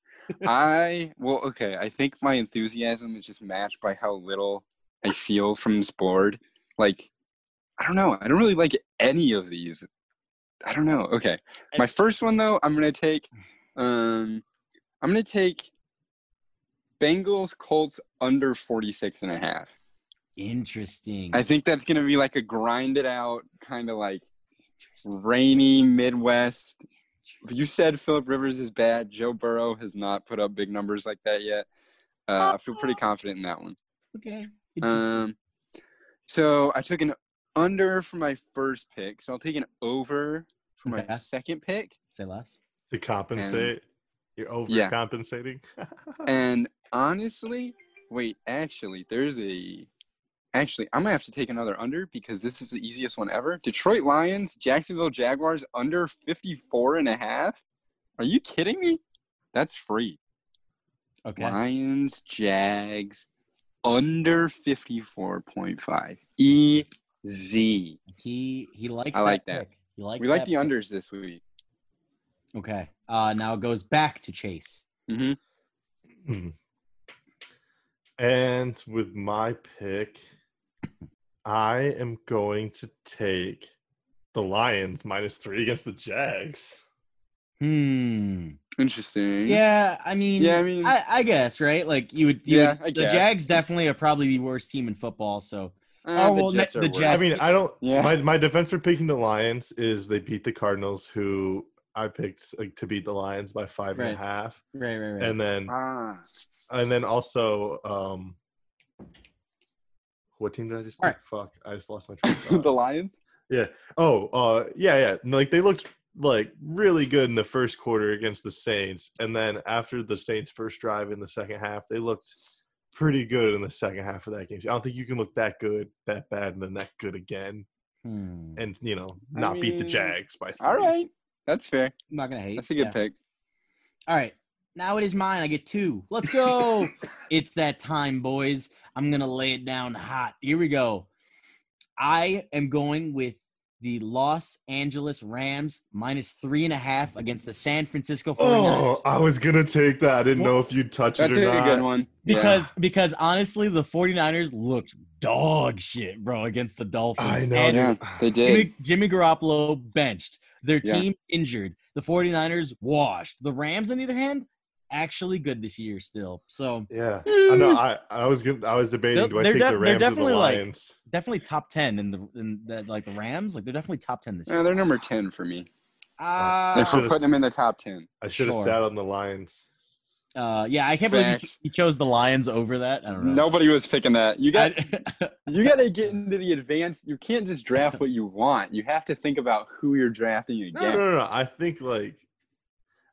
I well, okay. I think my enthusiasm is just matched by how little I feel from this board. Like, I don't know. I don't really like any of these. I don't know. Okay, my first one though, I'm gonna take. Um, I'm gonna take. Bengals Colts under 46 and a half. Interesting. I think that's going to be like a grind it out kind of like rainy Midwest. You said Philip Rivers is bad. Joe Burrow has not put up big numbers like that yet. Uh, I feel pretty confident in that one. okay. Um, so I took an under for my first pick. So I'll take an over for my Okay. second pick. Say last. To compensate, you're Yeah. overcompensating. And honestly, wait, actually, there's a. Actually, I'm gonna have to take another under because this is the easiest one ever. Detroit Lions, Jacksonville Jaguars under 54 and a half. Are you kidding me? That's free. Okay. Lions, Jags under 54.5. Easy. He he likes. I like that. pick. He likes. We like that the pick. unders this week. Okay. Uh, now it goes back to Chase. Mm-hmm. Hmm. and with my pick, I am going to take the Lions minus three against the Jags. Hmm. Interesting. Uh, Yeah. I mean. Yeah, I mean, I, I guess right. Like you would. You Yeah, Would, I the guess. Jags definitely are probably the worst team in football. So uh, oh, well, the Jets the are worse. I Jets- mean, I don't. Yeah. My my defense for picking the Lions is they beat the Cardinals, who I picked like, to beat the Lions by five and a Right. half, right, right, right. and then Ah, and then also um what team did I just All pick? right. Fuck, I just lost my train of the thought. Lions. oh, uh yeah, yeah. And, Like they looked like really good in the first quarter against the Saints and then after the Saints first drive in the second half, they looked pretty good in the second half of that game. I don't think you can look that good, that bad and then that good again Hmm. and you know, I not beat the mean, Jags by three. All right, that's fair. I'm not gonna hate. That's a good yeah. pick. All right. Now it is mine. I get two. Let's go. it's that time, boys. I'm going to lay it down hot. Here we go. I am going with the Los Angeles Rams minus three and a half against the San Francisco 49ers. Oh, I was gonna take that. I didn't know if you'd touch That's it or a not. good one. Yeah. Because because honestly, the 49ers looked dog shit, bro, against the Dolphins. I know. And dude. Yeah, they did. Jimmy, Jimmy Garoppolo benched. Their Yeah. team injured. The 49ers washed. The Rams, on the other hand, actually good this year still. So Yeah, I know. I, I was gonna, I was debating. They're- do I they're take def- the they're Rams or the definitely, like- Lions? definitely top ten in the in the, like the Rams. Like they're definitely top ten this Yeah, year. they're number ten for me. I Uh, If we're should've putting them in the top ten, I should have Sure. sat on the Lions. uh, yeah, I can't believe you, Facts. you chose the Lions over that. I don't know. nobody was picking that. You got I- you got to get into the advanced. You can't just draft what you want. You have to think about who you're drafting No, against. no, no, no. I think like,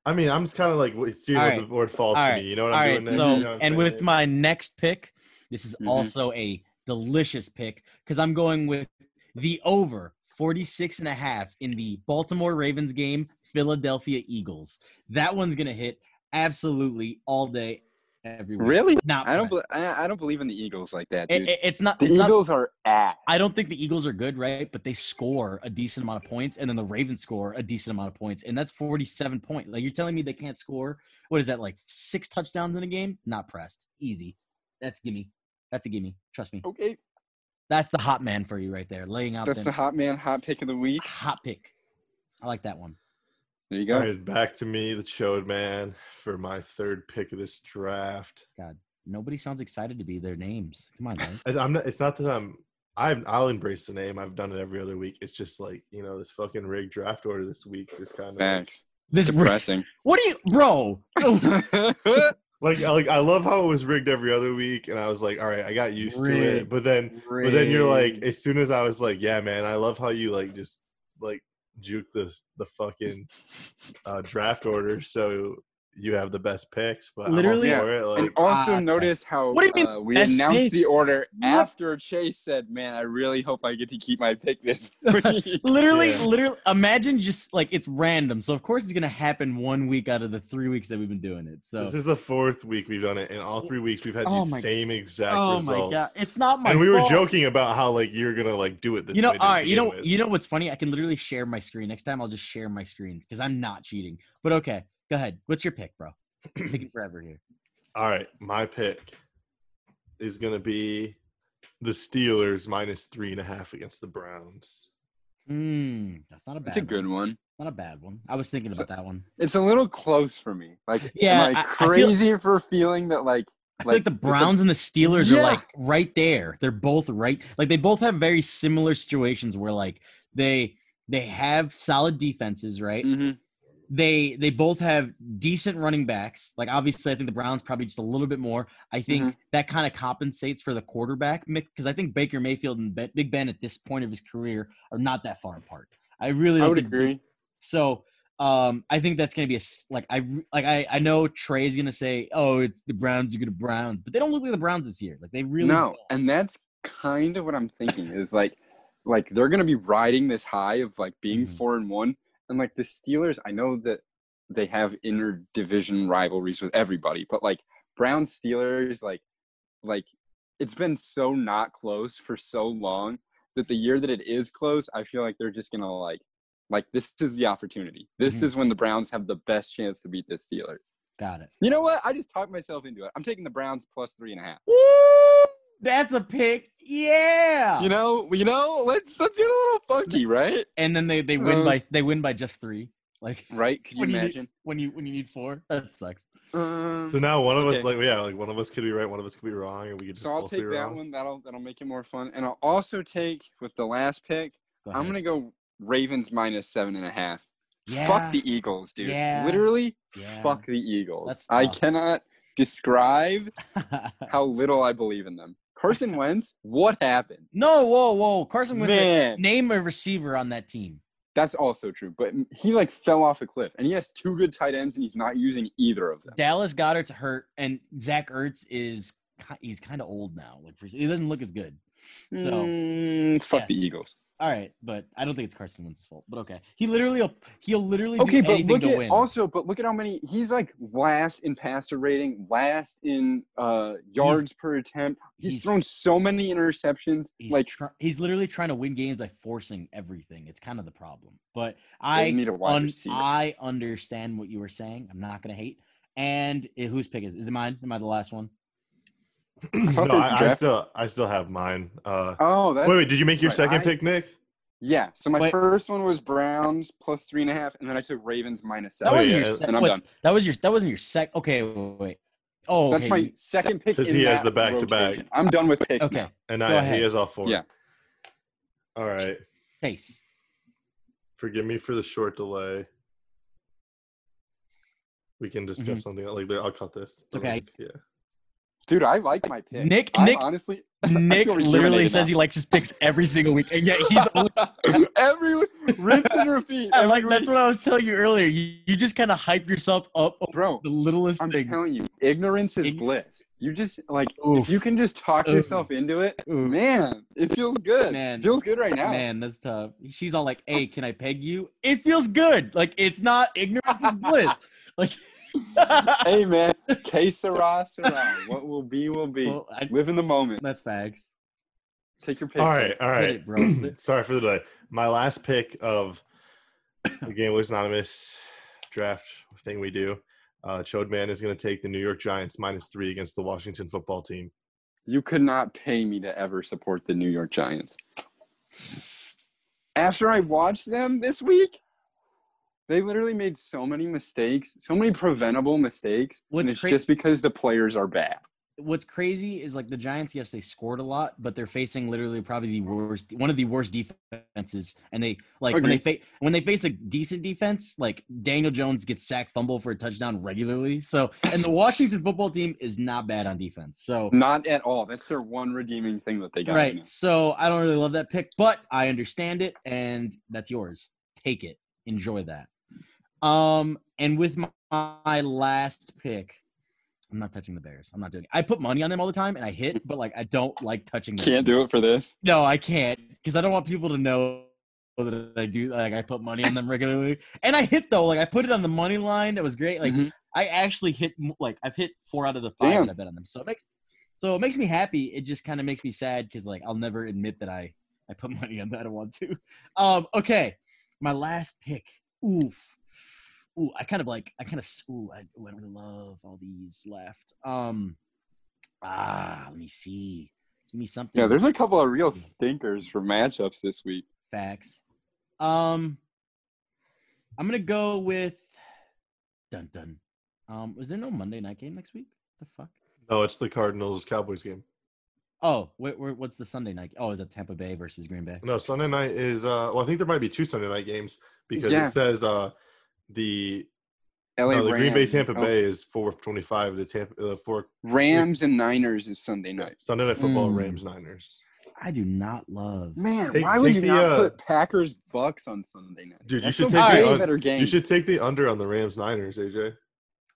I mean, I'm just kind of like wait, seeing what Alright. the board falls to Alright. me. You know what All I'm right, doing? so there? You know what I'm and saying? with my next pick, this is Mhm. also a delicious pick because I'm going with the over 46 and a half in the Baltimore Ravens game, Philadelphia Eagles. That one's gonna hit absolutely all day, every week. Really? Not I don't. believe bel I, I don't believe in the Eagles like that, dude. it's not. the It's not Eagles are ass. I don't think the Eagles are good, right? But they score a decent amount of points, and then the Ravens score a decent amount of points, and that's forty-seven point. Like you're telling me they can't score? What is that like six touchdowns in a game? Not pressed, easy. That's gimme. That's a gimme. Trust me. Okay, That's the hot man for you right there, laying out Oh. that's the the hot man, hot pick of the week. hot pick. I like that one. There you All go. right, back to me, the chode man, for my third pick of this draft. Nobody sounds excited to be their names. Come on, man. I- I'm not. It's not that I'm. I've, I'll embrace the name. I've done it every other week. It's just like you know this fucking rigged draft order this week just kind of Facts. This Depressing. What do you, bro? like I- like I love how it was rigged every other week, and I was like, all right, I got used to it. Rigged. But then but then you're like, as soon as I was like, yeah, man, I love how you like just like juke the the fucking uh, draft order so you have the best picks. But Literally- I'm all for it. Like, and also Ah. notice how What do you mean, uh, we best announced the picks? order What? after Chase said, "Man, I really hope I get to keep my pick this week." literally, Yeah. literally. Imagine just like it's random. So of course it's gonna happen one week out of the three weeks that we've been doing it. So this is the fourth week we've done it, and all three weeks we've had Oh the my- same exact oh results. my god, it's not Oh my. and we were fault. joking about how like you're gonna like do it this. You know, way to all right. You begin know, with. you know what's funny? I can literally share my screen next time. I'll just share my screen because I'm not cheating. But okay, go ahead. What's your pick, bro? Taking forever here. All right, my pick is gonna be the Steelers minus three and a half against the Browns. Mm, that's not a bad. That's a one. good one. Not a bad one. I was thinking So- about that one. It's a little close for me. Like, Yeah, am I- I I feel- crazy for feeling that like I feel like, Like, the it's a- Browns and the Steelers Yeah. are like right there. They're both right. Like they both have very similar situations where like they they have solid defenses, right? mhm, They they both have decent running backs. Like obviously, I think the Browns probably just a little bit more. I think Mm-hmm. that kind of compensates for the quarterback because I think Baker Mayfield and Be- Big Ben at this point of his career are not that far apart. I really I don't would think agree. so um, I think that's gonna be a s- like I re- like I, I know Trey's gonna say oh it's the Browns you are gonna Browns but they don't look like the Browns this year like they really don't. no, and that's kind of what I'm thinking is like, like they're gonna be riding this high of like being Mhm. four and one, and like the Steelers. I know that they have interdivision rivalries with everybody, but like Brown Steelers, like, like it's been so not close for so long that the year that it is close, I feel like they're just gonna like, like this is the opportunity. This Mhm. is when the Browns have the best chance to beat the Steelers. got it You know what? I just talked myself into it. I'm taking the Browns plus three and a half. Woo! that's a pick yeah You know, you know, let's let's get a little funky, right? and then they they win Uh, by they win by just three like Right? Could you When you- imagine? when you when you need four that sucks Um, So now one of us, Okay. like yeah, like one of us could be right, one of us could be wrong, and we could just so I'll both take be that wrong. one. That'll that'll make it more fun. And I'll also take with the last pick. Go I'm Uh-huh. ahead. gonna go Ravens minus seven and a half. Yeah. Fuck the Eagles, dude. Yeah. Literally, Yeah. fuck the Eagles. That's I tough. cannot describe how little I believe in them. Carson Wentz, what happened? no whoa whoa Carson Wentz Man, name a receiver on that team that's also true. But he like fell off a cliff, and he has two good tight ends, and he's not using either of them. Dallas Goddard's hurt, and Zach Ertz is ki- he's kind of old now. Like for- he doesn't look as good. So Mm, fuck yeah. the Eagles. all right, but I don't think it's Carson Wentz's fault. But okay, he literally will- he'll literally Okay, do but anything look to at win. also, but look at how many he's like last in passer rating, last in uh yards per attempt. He's, he's- thrown so many interceptions. he's like tr- he's literally trying to win games by forcing everything. It's kind of the problem. But I I need a wide un- receiver. I understand what you were saying. I'm not gonna hate. And eh, whose pick is it? is it mine? Am I the last one? I, thought no, they I, I draft- still I still have mine. Uh, oh, that's wait, wait, did you make your right, second I- pick, Nick? yeah. So my Wait. first one was Browns plus three and a half, and then I took Ravens minus That Oh, seven. wasn't yeah, your and- sec- and I'm wait, done. That was your that wasn't your sec. Okay, wait. wait. Oh, That's okay, my you- second pick. 'Cause in he has that the back-to-back. rotation. I'm done with picks. okay. now. And Go I ahead. he is all four. Yeah. All right. Face. Forgive me for the short delay. We can discuss Mm-hmm. Mhm. something like there. I'll cut this. okay. Yeah. dude, I like my pick. Nick- I'm Nick- honestly, Nick feel literally rejuvenated says now. he likes his picks every single week, and yet he's. Only, every rinse and repeat. I every like that's week. what I was telling you earlier. You, you just kind of hype yourself up over bro. the littlest I'm thing. telling you, ignorance is Ign- bliss. You just like Oof. if you can just talk Oof. yourself into it, Oof. man, it feels good. Man. feels good right now. Man, that's tough. She's all like, "Hey, can I peg you?" It feels good. Like it's not ignorance is bliss. Like, Hey man, que sera, sera. What will be will be. Well, I- Live in the moment. that's facts. Take your pick. All right. All Hit right. it, bro. Sorry for the delay. My last pick of the Gamblers Anonymous draft thing we do. Uh, Chode Man is going to take the New York Giants minus three against the Washington football team. You could not pay me to ever support the New York Giants. After I watched them this week, they literally made so many mistakes, so many preventable mistakes. What's and it's cra- just because the players are bad. what's crazy is like the Giants, yes, they scored a lot, but they're facing literally probably the worst one of the worst defenses. And they like when they face when they face a decent defense, like Daniel Jones gets sacked fumble for a touchdown regularly. So and the Washington football team is not bad on defense. So Not at all. That's their one redeeming thing that they got. right. now. So I don't really love that pick, but I understand it, and that's yours. Take it. Enjoy that. Um, and with my, my last pick, I'm not touching the Bears. I'm not doing it. I put money on them all the time and I hit, but like I don't like touching them. Can't do it for this. No, I can't because I don't want people to know that I do like I put money on them regularly. And I hit though, like I put it on the money line. That was great. Like Mhm. I actually hit m- like I've hit four out of the five Damn. that I bet on them. So it makes so it makes me happy. It just kind of makes me sad because like I'll never admit that I I put money on that. I don't want to. Um, okay, my last pick. Oof. Ooh, I kind of like I kind of ooh I, ooh, I really love all these left. Um, ah, let me see. Give me something. Yeah, there's a couple of real stinkers for matchups this week. Facts. Um, I'm gonna go with dun dun. Um, was there no Monday night game next week? The fuck? No, it's the Cardinals Cowboys game. Oh, wait, wait, what's the Sunday night? Oh, is it Tampa Bay versus Green Bay? No, Sunday night is. Uh, well, I think there might be two Sunday night games because Yeah. it says uh, the LA no, the Green Bay Rams. Tampa Oh, Bay is four twenty five. The Tampa uh, four Rams and Niners is Sunday night. Sunday night football Mm. Rams Niners. I do not love. Man, Take- why would take you the, not uh, put Packers Bucks on Sunday night? Dude, you That's should a take the way un- better game. You should take the under on the Rams Niners, AJ.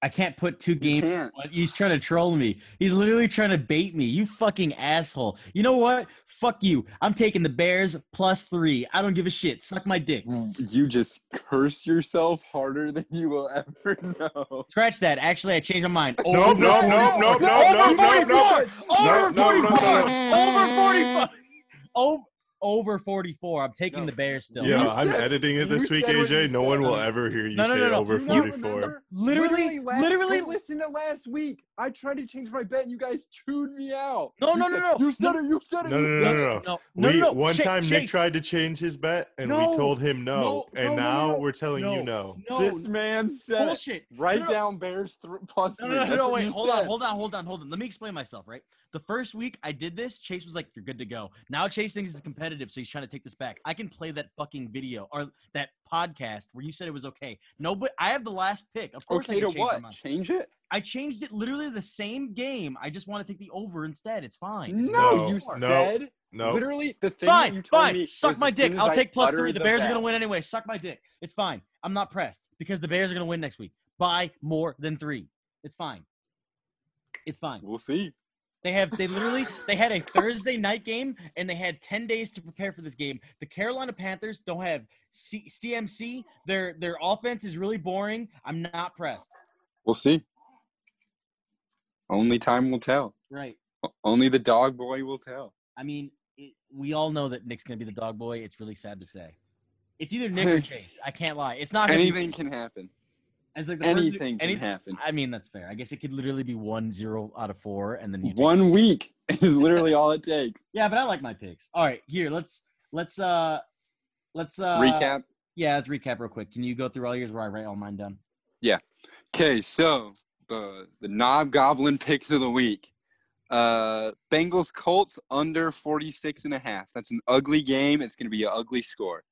I can't put two You games. can't. What? He's trying to troll me. He's literally trying to bait me. You fucking asshole. You know what? Fuck you. I'm taking the Bears plus three. I don't give a shit. Suck my dick. You just curse yourself harder than you will ever know. Scratch that. Actually, I changed my mind. Oh, Nope, Over nope, nope, nope, nope, over nope, nope, nope. 44! No, Over no, no, 44! no, Over 44! Over, over 44. I'm taking No. the Bears still. Yeah, You I'm said- editing it you this week, said what AJ. you No one said. will ever hear you No, no, say no, no. over Do you not 44. remember? Literally, last- literally. hey, listen to last week. I tried to change my bet, and you guys chewed me out. No, You no, no, said- no. You said it. You No, said it. no, you no, said no, it." no. No, no, We, no, no. one Chase, time Nick Chase. tried to change his bet, and No, we told him no, no, no, and no, now no, we're telling you no. No, This man said it. bullshit. Write No, no, no. down Bears th- plus No, three. no, no, That's no, what wait, you hold on, said. hold on, hold on, hold on. Let me explain myself, right? The first week I did this, Chase was like, You're good to go. Now Chase thinks it's competitive, so he's trying to take this back. I can play that fucking video or that podcast where you said it was okay. No, but I have the last pick. Of course I Okay, can to change my what? mind. Change it? I changed it literally the same game. I just want to take the over instead. It's fine. It's No, No, no, you said No, literally the thing. that Fine, you told fine. Me Suck was my as soon dick. as I'll I take plus three. uttered The Bears are bet. going to win anyway. Suck my dick. It's fine. I'm not pressed because the Bears are going to win next week by more than three. It's fine. It's fine. We'll see. They have they literally they had a Thursday night game and they had 10 days to prepare for this game. The Carolina Panthers don't have C- CMC. Their their offense is really boring. I'm not pressed. We'll see. Only time will tell. Right. O- Only the dog boy will tell. I mean, it, we all know that Nick's going to be the dog boy. It's really sad to say. It's either Nick or Chase. I can't lie. It's not gonna be Anything can happen. It's like the person who- Anything can anyth- happen. I mean, that's fair. I guess it could literally be one zero out of four, and then you take- One week is literally all it takes. Yeah, but I like my picks. All right, here let's let's uh let's uh Recap. Yeah, let's recap real quick. Can you go through all yours where I write all mine down? Okay, so the the knob goblin picks of the week. Uh Bengals Colts under 46 and a half. That's an ugly game. It's gonna be an ugly score.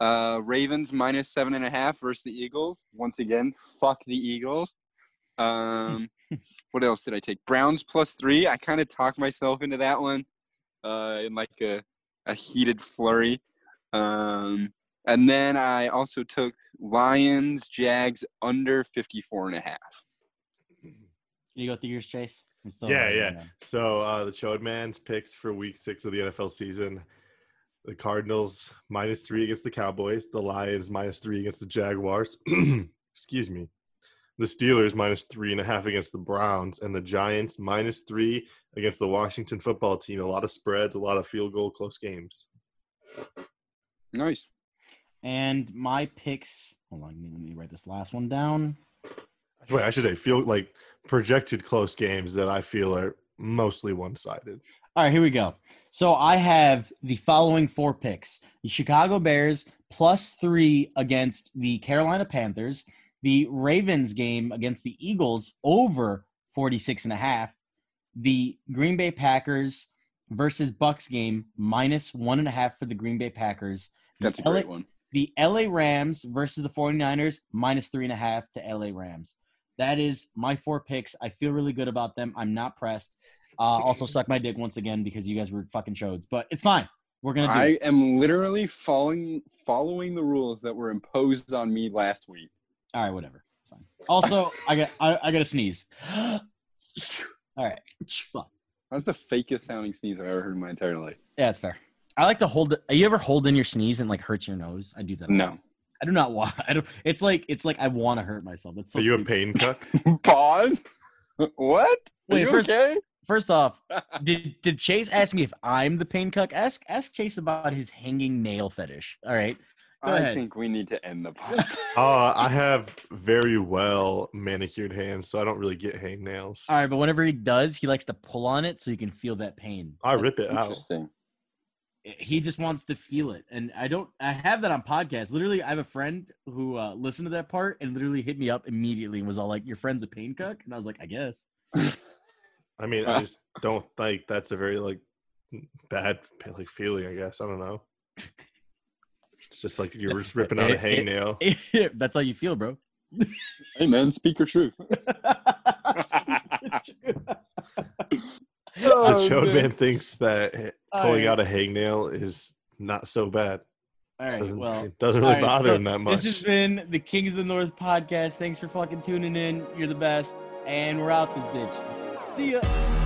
Uh Ravens minus seven and a half versus the Eagles. Once again, fuck the Eagles. Um what else did I take? Browns plus three. I kind of talked myself into that one. Uh in like a, a heated flurry. Um and then I also took Lions, Jags under 54 and a half. Can you go through yours, Chase? I'm still Yeah, writing yeah. mine down. So uh, the Chode Man's picks for Week Six of the NFL season: the Cardinals minus three against the Cowboys, the Lions minus three against the Jaguars. Excuse me. The Steelers minus three and a half against the Browns, and the Giants minus three against the Washington football team. A lot of spreads, a lot of field goal close games. Nice. And my picks. Hold on, let me write this last one down. Wait, I should say field like projected close games that I feel are mostly one sided. All right, here we go. So I have the following four picks the Chicago Bears plus three against the Carolina Panthers, the Ravens game against the Eagles over 46 and a half, the Green Bay Packers versus Bucks game minus one and a half for the Green Bay Packers. The That's a LA great one. the LA Rams versus the 49ers, minus three and a half to LA Rams. That is my four picks. I feel really good about them. I'm not pressed. Uh, also, suck my dick once again because you guys were fucking chodes, but it's fine. We're going to do I it. am literally following following the rules that were imposed on me last week. All right, whatever. It's fine. Also, I got I, I got to sneeze. All right. Fuck. That's the fakest sounding sneeze I've ever heard in my entire life. Yeah, that's fair. I like to hold. Are you ever holding your sneeze and like hurts your nose? I do that. No. I do not want. I don't. It's like it's like I want to hurt myself. That's so Are you a stupid. pain cuck? Pause. What? Are Wait, you first- okay? First off, did did Chase ask me if I'm the pain cuck? Ask ask Chase about his hanging nail fetish. All right. Go I ahead. think we need to end the podcast. Uh, I have very well manicured hands, so I don't really get hangnails. All right, but whenever he does, he likes to pull on it so you can feel that pain. I rip it out. Interesting. He just wants to feel it. And I don't I have that on podcasts. Literally, I have a friend who uh, listened to that part and literally hit me up immediately and was all like, Your friend's a pain cuck? And I was like, I guess. I mean, I just don't think that's a very like bad like feeling. I guess I don't know. It's just like you're just ripping out a It- it- hangnail. That's how you feel, bro. Hey man, speak your truth. The Oh, chode man. man thinks that All pulling right. out a hangnail is not so bad. All right. Doesn't, Well, it doesn't really all right, bother so him that This much. has been the Kings of the North podcast. Thanks for fucking tuning in. You're the best. And we're out this bitch. See ya.